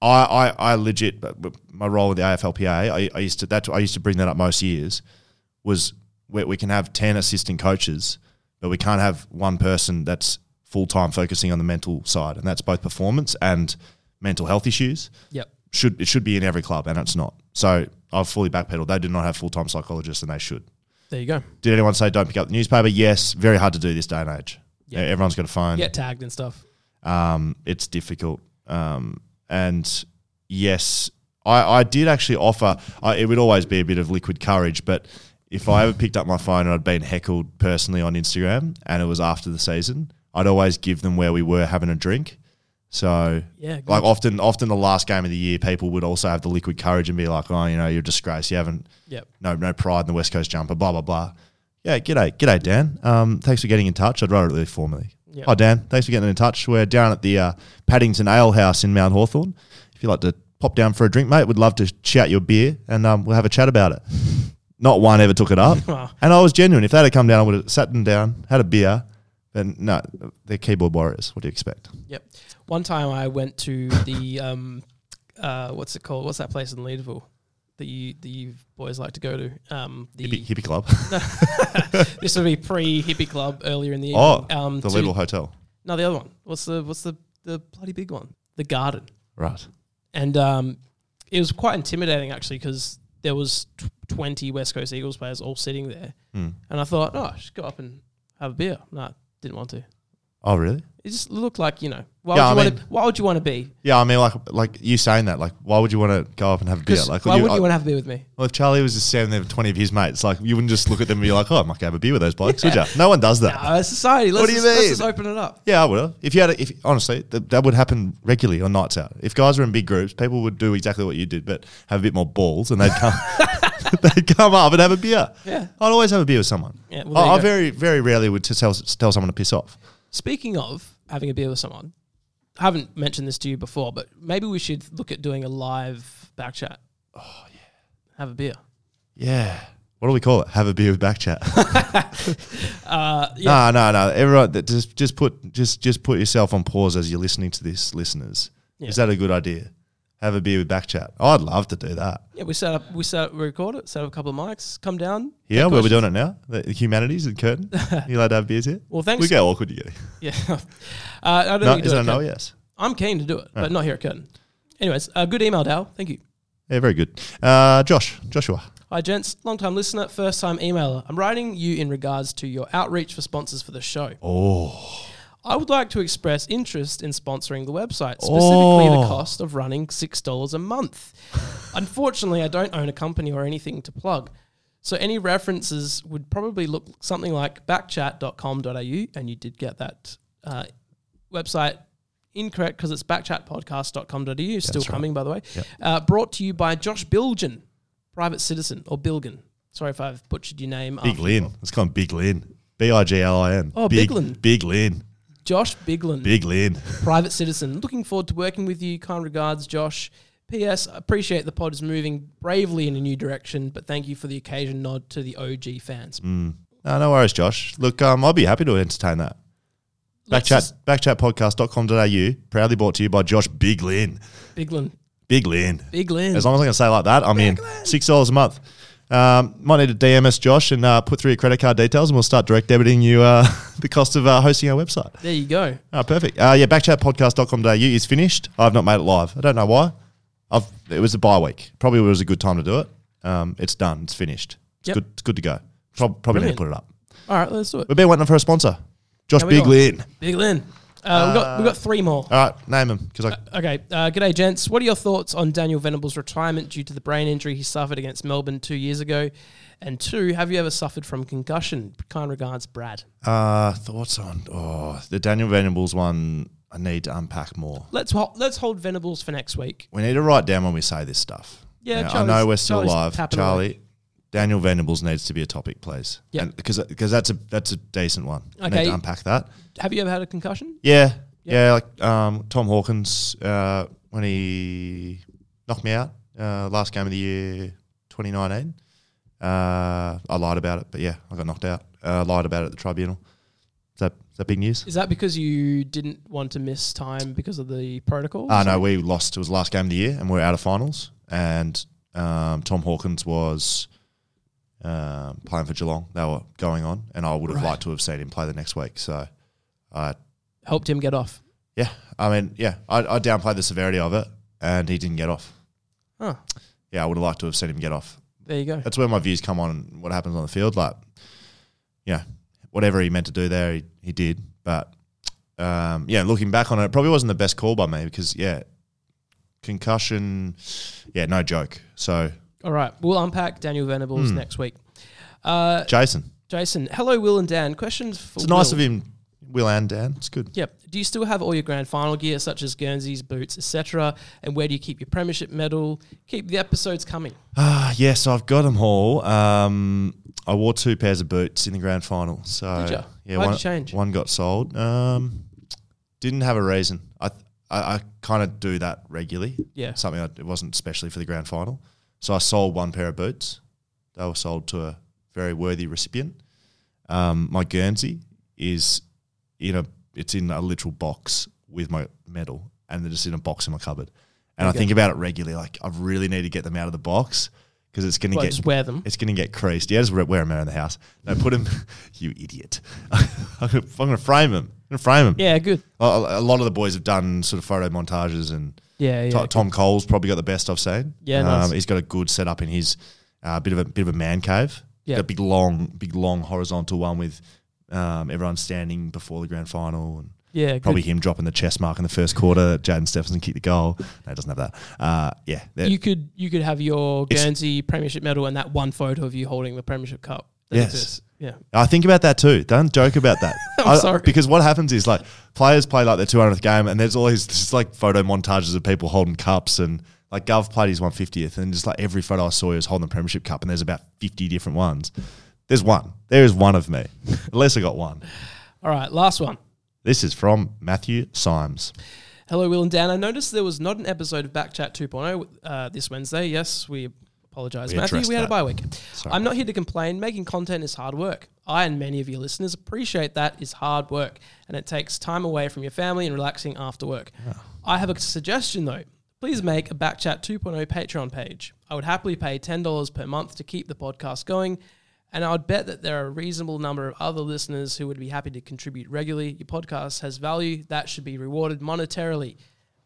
S3: I, I, I legit but- but my role with the AFLPA. I, I used to that I used to bring that up most years was where we can have ten assistant coaches, but we can't have one person that's full time focusing on the mental side, and that's both performance and mental health issues
S1: Yep.
S3: should it should be in every club, and it's not. So I've fully backpedaled. They do not have full time psychologists, and they should.
S1: There you go.
S3: Did anyone say don't pick up the newspaper? Yes, very hard to do this day and age. E,
S1: Yeah.
S3: Everyone's got a phone.
S1: Get tagged and stuff.
S3: Um, it's difficult. Um, and yes, I, I did actually offer, I, it would always be a bit of liquid courage, but if I ever picked up my phone and I'd been heckled personally on Instagram and it was after the season, I'd always give them where we were having a drink. So
S1: Yeah, good.
S3: like often, often the last game of the year, people would also have the liquid courage and be like, "Oh, you know, you're a disgrace. You haven't,
S1: Yep.
S3: no no pride in the West Coast jumper, blah blah blah. Yeah, g'day, g'day Dan. Um, thanks for getting in touch. I'd rather it really formally.
S1: Yeah.
S3: Hi Dan, thanks for getting in touch. We're down at the uh, Paddington Ale House in Mount Hawthorn. If you'd like to pop down for a drink, mate, we'd love to shout your beer and um, we'll have a chat about
S1: <laughs>
S3: it. Not one ever took it up, and I was genuine. If they had come down, I would have sat them down, had a beer. Then no, they're keyboard warriors. What do you expect?
S1: Yep. One time I went to the <laughs> um, uh, what's it called? What's that place in Leadville that you that you boys like to go to? Um, the
S3: Hippie,
S1: <laughs>
S3: hippie club.
S1: this would be pre hippie club earlier in the evening.
S3: oh,
S1: um,
S3: the
S1: to-
S3: little hotel.
S1: No, the other one. What's the what's the the bloody big one? The garden.
S3: Right.
S1: and um, it was quite intimidating actually because there was t- 20 West Coast Eagles players all sitting there,
S3: Hmm.
S1: and I thought, oh, I should go up and have a beer. No, didn't want to. It
S3: Oh, really?
S1: just looked like you know why
S3: Yeah,
S1: would you
S3: I
S1: want to? Why would you want to be?
S3: Yeah, I mean, like, like you saying that, like, why would you want to go up and have a beer?
S1: 'Cause
S3: Like,
S1: why wouldn't
S3: I-
S1: you want to have a beer with me?
S3: Well, if Charlie was just standing there with 20 of his mates, like, you wouldn't just look at them and be like, oh, I might go have a beer with those blokes, would you? No one does that.
S1: Uh, society. Let's
S3: What do you
S1: just, Let's
S3: mean?
S1: just open it up.
S3: Yeah, I would have. If you had, a, if honestly, th- that would happen regularly on nights out. If guys were in big groups, people would do exactly what you did, but have a bit more balls, and they'd
S1: <laughs>
S3: come, <laughs> they'd come up and have a beer.
S1: Yeah.
S3: I'd always have a beer with someone.
S1: Yeah, well, there
S3: I,
S1: you
S3: I
S1: go.
S3: very, very rarely would t- tell tell someone to piss off.
S1: Speaking of having a beer with someone, I haven't mentioned this to you before, but maybe we should look at doing a live back chat. Oh yeah, have a beer.
S3: Yeah. What do we call it? Have a beer with <laughs> backchat.
S1: <laughs> Uh, yeah,
S3: No, no, no. Everyone, that- just just put just just put yourself on pause as you're listening to this, listeners.
S1: Yeah.
S3: Is that a good idea? Have a beer with Backchat. I'd love to do that.
S1: yeah. We set up. We set up. We record it. Set up a couple of mics. Come down. <laughs>
S3: Yeah,
S1: take
S3: where we're
S1: questions.
S3: doing it now. The the humanities
S1: <laughs>
S3: in Curtin. You allowed to have beers here?
S1: Well, thanks.
S3: We go awkward together.
S1: Yeah. uh, I
S3: <laughs>
S1: don't
S3: No,
S1: think you
S3: is
S1: do it
S3: that a
S1: at
S3: no? Oh.
S1: Curtin.
S3: Yes.
S1: I'm keen to do it, but not here at Curtin. Anyways, uh, good email, Dal. Thank you.
S3: Yeah, very good. Uh, Josh, Joshua.
S1: Hi, gents. Long time listener, first time emailer. I'm writing you in regards to your outreach for sponsors for the show. Oh. I would like to express interest in sponsoring the website, specifically the cost of running $6 a month. Unfortunately, I don't own a company or anything to plug. So any references would probably look something like backchat.com.au, and you did get that uh, website incorrect because it's backchatpodcast.com.au, still coming, by the way. Uh, brought to you by Josh Bilgin, private citizen, or Bilgin. Sorry if I've butchered your name.
S3: Big
S1: after-
S3: Lin. Let's call him Big Lin. B I G L I N.
S1: Oh,
S3: big,
S1: Big Lin.
S3: Big Lin.
S1: Josh Biglin,
S3: Big Lin.
S1: private citizen. Looking forward to working with you. Kind regards, Josh. P.S. I appreciate the pod is moving bravely in a new direction, but thank you for the occasion nod to the OG fans.
S3: Mm. No, no worries, Josh. Look, um, I'd be happy to entertain that.
S1: Let's
S3: Backchat, backchatpodcast.com.au, proudly brought to you by Josh Big Lin.
S1: just- Biglin.
S3: Big Lin.
S1: Biglin.
S3: As long as I can say it like that, I'm in. Six dollars a month. Um, might need to DM us, Josh, and uh, put through your credit card details, and we'll start direct debiting you uh, <laughs> the cost of uh, hosting our website.
S1: there you go.
S3: Oh, perfect. Uh, yeah, backchatpodcast.com.au is finished. I've not made it live. I don't know why. I've, it was a bye week. Probably was a good time to do it. Um, it's done. It's finished. It's,
S1: Yep.
S3: good, it's good to go. Prob- probably need to
S1: Brilliant.
S3: put it up.
S1: All right, let's do it.
S3: We've been waiting for a sponsor. Josh
S1: There we
S3: Big
S1: go.
S3: Lin.
S1: Big Lin. Uh, we've, got, we've got three more.
S3: All right, name them because I
S1: Okay, uh, g'day, gents. What are your thoughts on Daniel Venable's retirement due to the brain injury he suffered against Melbourne two years ago? And two, have you ever suffered from concussion? Kind regards, Brad.
S3: uh, thoughts on oh the Daniel Venables one. I need to unpack more.
S1: Let's ho- let's hold Venables for next week.
S3: We need to write down when we say this stuff.
S1: Yeah,
S3: Now, I
S1: Charlie's-
S3: know we're still
S1: Charlie's
S3: live,
S1: tapping
S3: Charlie.
S1: away.
S3: Daniel Venables needs to be a topic, please.
S1: Yeah.
S3: because because that's a that's a decent one. I need
S1: Okay.
S3: to unpack that.
S1: Have you ever had a concussion?
S3: Yeah, yeah. Like um, Tom Hawkins uh, when he knocked me out uh, last game of the year, 2019. Uh, I lied about it, but yeah, I got knocked out. Uh, lied about it at the tribunal. Is that is that big news?
S1: Is that because you didn't want to miss time because of the protocol?
S3: Uh, no, we lost. It was the last game of the year, and we were out of finals. And um, Tom Hawkins was um, playing for Geelong. They were going on, and I would have liked to have seen him play the next week. So, I
S1: Helped him get off.
S3: yeah, I mean, yeah, I, I downplayed the severity of it, and he didn't get off.
S1: Huh.
S3: Yeah, I would have liked to have seen him get off.
S1: There you go.
S3: That's where my views come on what happens on the field. Like, you know, whatever he meant to do there, he, he did. But um, yeah, looking back on it, it probably wasn't the best call by me because yeah, concussion, yeah, no joke. So
S1: All right, we'll unpack Daniel Venables
S3: Hmm.
S1: next week. Uh,
S3: Jason,
S1: Jason, hello, Will and Dan. Questions for
S3: it's nice
S1: Will.
S3: of him, Will and Dan. It's good.
S1: Yep. Do you still have all your grand final gear, such as Guernseys, boots, etc.? And where do you keep your premiership medal? Keep the episodes coming.
S3: Ah, yes, I've got them all. Um, I wore two pairs of boots in the grand final. So
S1: Did ya?
S3: yeah,
S1: Why'd
S3: one
S1: you change?
S3: one got sold. Um, didn't have a reason. I I, I kind of do that regularly.
S1: Yeah.
S3: something I, it wasn't especially for the grand final. So I sold one pair of boots. They were sold to a very worthy recipient. Um, my Guernsey is in a it's in a literal box with my medal, and they're just in a box in my cupboard. And I think about it regularly. Like I really need to get them out of the box because it's going to
S1: Well,
S3: get
S1: just wear them.
S3: it's going to get creased. Yeah, just wear wear them around the house. No, put them. <laughs> you idiot! <laughs> I'm going to frame them. I'm going to frame them.
S1: Yeah, good.
S3: A, a lot of the boys have done sort of photo montages, and
S1: Yeah, yeah.
S3: To-
S1: good.
S3: Tom Cole's probably got the best I've seen. Um,
S1: Yeah, nice.
S3: he's got a good setup in his uh, bit of a bit of a man cave.
S1: Yeah.
S3: Got a big long, big long horizontal one with um, everyone standing before the grand final and.
S1: Yeah, good.
S3: Probably him dropping the chest mark in the first quarter. Jaden Stephenson kicked the goal. No, he doesn't have that. Uh, yeah, they're-
S1: You could you could have your
S3: It's-
S1: Guernsey premiership medal and that one photo of you holding the premiership cup. That
S3: Yes.
S1: exists. Yeah.
S3: I think about that too. Don't joke about that.
S1: <laughs> I'm
S3: I-
S1: sorry.
S3: Because what happens is like players play like their 200th game, and there's all these just like photo montages of people holding cups and. Like Gov played his 150th, and just like every photo I saw, he was holding the Premiership Cup, and there's about 50 different ones. There's one. There is one of me. <laughs> Unless I got one.
S1: All right, last one.
S3: This is from Matthew Symes.
S1: Hello, Will and Dan. I noticed there was not an episode of Backchat 2.0 uh, this Wednesday. Yes, we apologise,
S3: We
S1: Matthew.
S3: addressed
S1: We had a
S3: that.
S1: bye week. I'm not here to complain. Making content is hard work. I and many of your listeners appreciate that is hard work, and it takes time away from your family and relaxing after work. I have a suggestion though. Please make a Backchat 2.0 Patreon page. I would happily pay $10 per month to keep the podcast going. And I would bet that there are a reasonable number of other listeners who would be happy to contribute regularly. Your podcast has value that should be rewarded monetarily.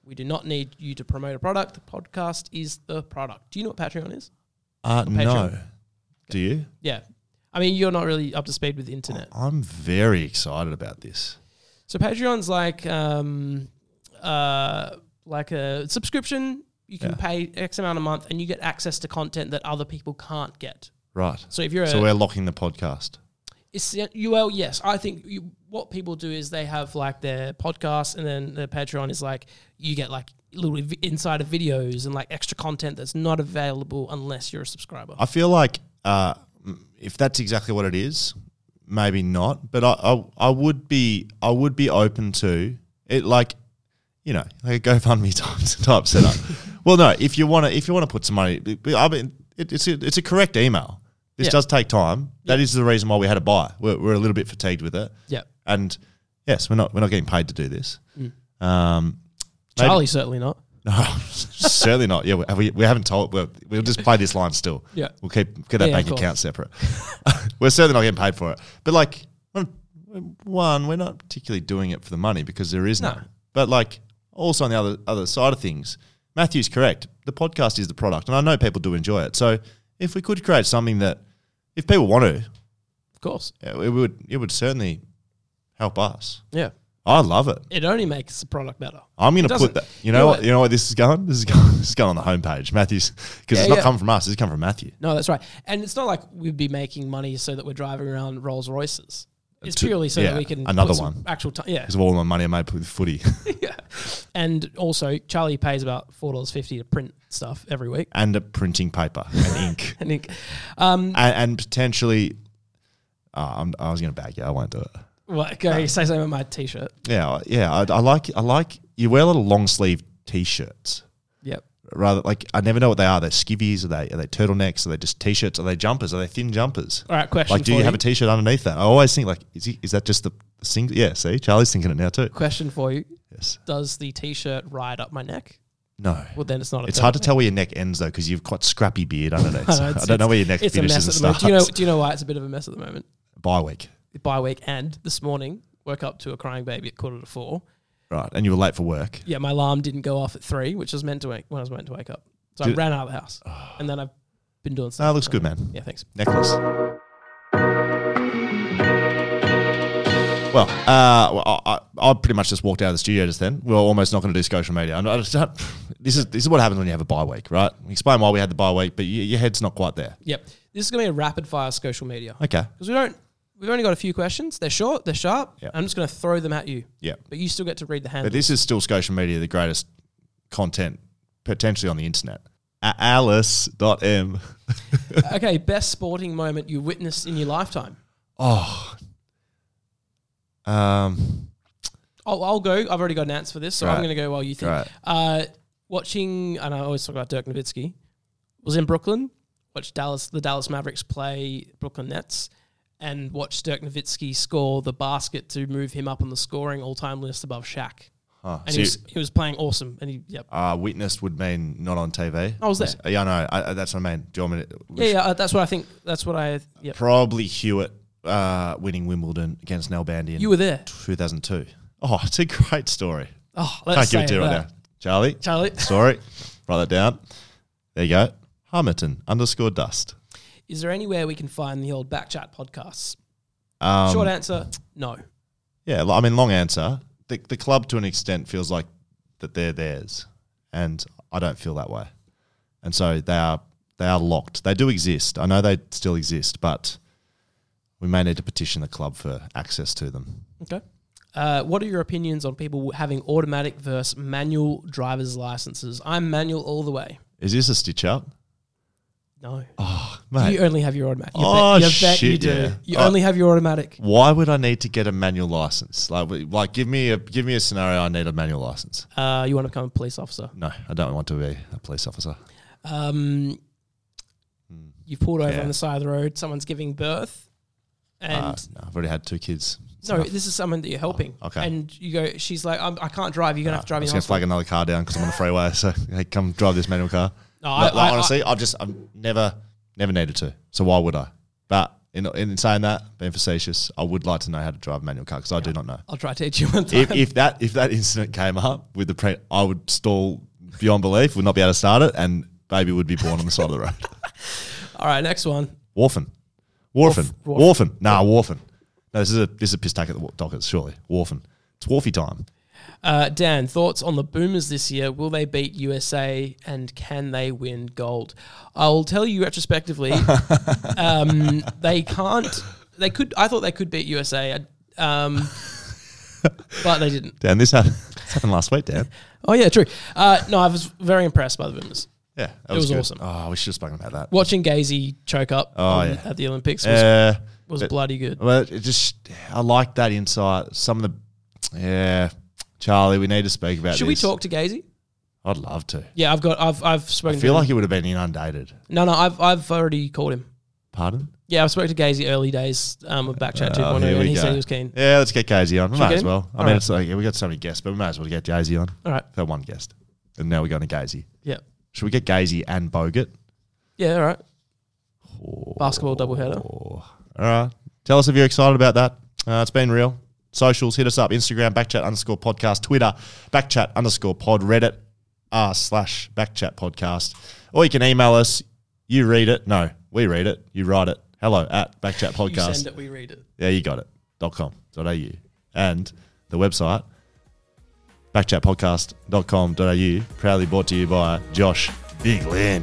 S1: We do not need you to promote a product. The podcast is the product. Do you know what Patreon is?
S3: Uh, no.
S1: Patreon.
S3: Do you?
S1: Yeah. I mean, you're not really up to speed with the internet.
S3: I'm very excited about this.
S1: So Patreon's like um, uh, like a subscription. You can
S3: Yeah.
S1: pay X amount a month, and you get access to content that other people can't get.
S3: Right.
S1: So uh, if you're
S3: So
S1: a,
S3: we're locking the podcast.
S1: It's you well, yes. I think you, what people do is they have like their podcast, and then their Patreon is like you get like little vi- insider videos and like extra content that's not available unless you're a subscriber.
S3: I feel like uh, m- if that's exactly what it is, maybe not. But I, I, I would be I would be open to it, like you know, like a GoFundMe <laughs> type type setup. well, no, if you want to if you want to put some money, b- b- I mean, it, it's a, it's a correct email. This
S1: Yeah.
S3: does take time. That is the reason why we had a buy. We're, we're a little bit fatigued with it.
S1: Yeah. Mm.
S3: And yes, we're not we're not getting paid to do this. Um, maybe-
S1: Charlie certainly not.
S3: no, <laughs> certainly not. Yeah, we, we, we haven't told. We'll, we'll just play this line still.
S1: Yeah.
S3: we'll keep get that
S1: Yeah, of
S3: bank
S1: course.
S3: account separate. <laughs> we're certainly not getting paid for it. But like one, one, we're not particularly doing it for the money because there is no.
S1: No.
S3: But like also on the other other side of things, Matthew's correct. The podcast is the product, and I know people do enjoy it. So if we could create something that, if people want to,
S1: Of course.
S3: it would it would certainly help us.
S1: Yeah.
S3: I love it.
S1: It only makes the product better.
S3: I'm going
S1: It
S3: to
S1: doesn't.
S3: put that. You know what?
S1: what?
S3: You know what? This is going. This is going. This is going on the homepage, Matthew's, because
S1: Yeah,
S3: it's not
S1: yeah.
S3: come from us. It's come from Matthew.
S1: No, that's right. And it's not like we'd be making money so that we're driving around Rolls Royces. It's
S3: Uh, To-
S1: purely so
S3: yeah,
S1: that we can
S3: another
S1: put some
S3: one.
S1: actual time. Yeah,
S3: Because of all my money I made with footy, <laughs>
S1: yeah. And also, Charlie pays about four dollars fifty to print stuff every week. <laughs>
S3: and a printing paper and ink,
S1: And it- Mm.
S3: and, and potentially. Uh, I'm, I was going to bag you. I won't do it.
S1: well, go say something about my T-shirt.
S3: Yeah, I- yeah. I, I like. I like. You wear a lot of long sleeve t-shirts.
S1: Yep.
S3: Rather, like I never know what they are. They're skivvies. Are they? Are they turtlenecks? Are they just t-shirts? Are they jumpers? Are they thin jumpers?
S1: All right. Question.
S3: Like, do
S1: for
S3: you have a T-shirt underneath that? I always think like, is he, is that just the single? Yeah, see, Charlie's thinking it now too.
S1: question for you?
S3: Yes.
S1: Does the T-shirt ride up my neck?
S3: No,
S1: Well, then it's not. A
S3: it's hard to
S1: turtleneck.
S3: tell where your neck ends though, because you've got scrappy beard underneath.
S1: uh, <laughs> I
S3: so
S1: know,
S3: I,
S1: it's-
S3: don't know where your neck
S1: It's a mess
S3: finishes
S1: at
S3: and
S1: the moment.
S3: starts.
S1: Do you know? Do you know why it's a bit of a mess at the moment?
S3: Bye week,
S1: By week and this morning, woke up to a crying baby at quarter to four.
S3: right? And you were late for work.
S1: Yeah, my alarm didn't go off at three, which was meant to wake when I was meant to wake up. So I
S3: Did-
S1: ran out of the house, and then I've been doing stuff.
S3: No, it Ah. looks good, man.
S1: Yeah, thanks.
S3: Necklace. Well, uh, well, I, I I pretty much just walked out of the studio just then. We were almost not going to do social media. And I just <laughs> don't- this is this is what happens when you have a bye week, right? We explain why we had the bye week, but y your head's not quite there.
S1: Yep, this is going to be a rapid fire social media
S3: Okay.
S1: because we don't. We've only got a few questions. They're short. They're sharp.
S3: Yep.
S1: I'm just going to throw them at you.
S3: Yeah.
S1: But you still get to read the handle.
S3: But this is still social media, the greatest content potentially on the internet. A- Alice.m.
S1: okay, best sporting moment you witnessed in your lifetime.
S3: Oh. Um,
S1: I'll, I'll go. I've already got an answer for this, so I'm
S3: Right.
S1: going to go while you think.
S3: Right.
S1: Uh, watching, and I always talk about Dirk Nowitzki. Was in Brooklyn, watched Dallas, the Dallas Mavericks play Brooklyn Nets, and watched Dirk Nowitzki score the basket to move him up on the scoring all-time list above Shaq.
S3: huh.
S1: And
S3: oh, So
S1: he
S3: you-
S1: was he was playing awesome. And he, yep.
S3: uh, witnessed would mean not on TV.
S1: I was there.
S3: Yeah, I know. I, I- that's what I mean. Do you want me to?
S1: Oh, yeah, yeah. uh, That's what I think. That's what I. Yep.
S3: Probably Hewitt uh, winning Wimbledon against Nell Bandy in
S1: You were there.
S3: 2002. Oh, it's a great story.
S1: Oh, let's
S3: Can't give it to
S1: say
S3: you right
S1: that.
S3: now. Charlie,
S1: Charlie, <laughs>
S3: sorry. Write that down. There you go. Harmerton underscore dust.
S1: is there anywhere we can find the old Backchat podcasts?
S3: Um,
S1: Short answer, no.
S3: Yeah, lo- I mean, long answer. The, the club, to an extent, feels like that they're theirs, and I don't feel that way. And so they are they are locked. They do exist. I know they still exist, but we may need to petition the club for access to them.
S1: Okay. Uh, what are your opinions on people having automatic versus manual driver's licenses? I'm manual all the way.
S3: Is this a stitch up,
S1: No.
S3: mate?
S1: You only have your automatic. You
S3: Oh,
S1: bet, you bet you
S3: shit,
S1: do.
S3: yeah.
S1: You
S3: Oh.
S1: only have your automatic.
S3: why would I need to get a manual license? Like, we- like give me a give me a scenario. I need a manual license.
S1: Uh, you want to become a police officer.
S3: No, I don't want to be a police officer.
S1: Um, you've pulled over
S3: Hmm. Yeah.
S1: on the side of the road, someone's giving birth, and
S3: Uh, no, I've already had two kids. It's
S1: no,
S3: enough.
S1: this is someone that you're helping.
S3: okay.
S1: And you go, she's like, I'm, I can't drive. You're going to have to drive
S3: I'm
S1: me
S3: just
S1: to
S3: gonna
S1: hospital.
S3: flag another car down because I'm on the freeway. So hey, come drive this manual car.
S1: No,
S3: Like,
S1: I- I-
S3: honestly, I've just I've never never needed to. So why would I? But in, in saying that, being facetious, I would like to know how to drive a manual car because I do not know.
S1: I'll try to teach you one time.
S3: If, if that if that incident came up with the pre, I would stall beyond belief. Would not be able to start it, and baby would be born on the side of the road. <laughs>
S1: all right, next one.
S3: Wharfen, Wharfen,
S1: Wharf-
S3: Wharfen. Nah, Wharfen. No, this is a this is a piss take at the Dockers. Surely Wharfen. It's Wharfy time.
S1: Uh, Dan, thoughts on the Boomers this year? Will they beat USA and can they win gold? I'll tell you
S3: <laughs>
S1: retrospectively, um, they can't. They could. I thought they could beat USA, um, but they
S3: <laughs>
S1: didn't.
S3: Dan, this happened, this happened last week, Dan.
S1: Oh yeah, true. Uh, no, I was very impressed by the Boomers.
S3: Yeah, that it
S1: was
S3: good.
S1: awesome.
S3: Oh, we should have spoken about that.
S1: Watching Gazy choke up on-
S3: Oh, yeah.
S1: at the Olympics was,
S3: Yeah,
S1: was
S3: but- oh,
S1: bloody good.
S3: Well, it just I like that insight. Some of the yeah, Charlie, we need to speak about.
S1: Should we
S3: this.
S1: talk to Gazy?
S3: I'd love to.
S1: Yeah, I've got. I've I've
S3: I
S1: spoken.
S3: feel
S1: to him.
S3: like it would have been inundated.
S1: no, no. I've I've already called him.
S3: Pardon?
S1: Yeah, I've spoken to Gazy early days um, of Backchat
S3: Oh,
S1: 2.0,
S3: here
S1: and
S3: we
S1: he
S3: go.
S1: said he was keen.
S3: Yeah, let's get Casey on. We
S1: Should we
S3: might
S1: get
S3: as
S1: him?
S3: well. I
S1: All
S3: mean,
S1: right.
S3: it's like yeah, we got so many guests, but we might as well get Daisy on.
S1: All right.
S3: For one guest, and now we're going to Gazy.
S1: Yeah.
S3: Should we get Gazy and Bogut?
S1: Yeah, all right. Basketball doubleheader.
S3: All right. Tell us if you're excited about that. Uh, it's been real. Socials, hit us up. Instagram, backchat underscore podcast. Twitter, backchat underscore pod. Reddit, r slash backchat podcast. Or you can email us. You read it. No, we read it. You write it. Hello at backchat
S1: You send
S3: podcast.
S1: it, we read it.
S3: Yeah, you got it. Dot com. Dot au. And the website, backchatpodcast.com.au, proudly brought to you by Josh Big Lynn.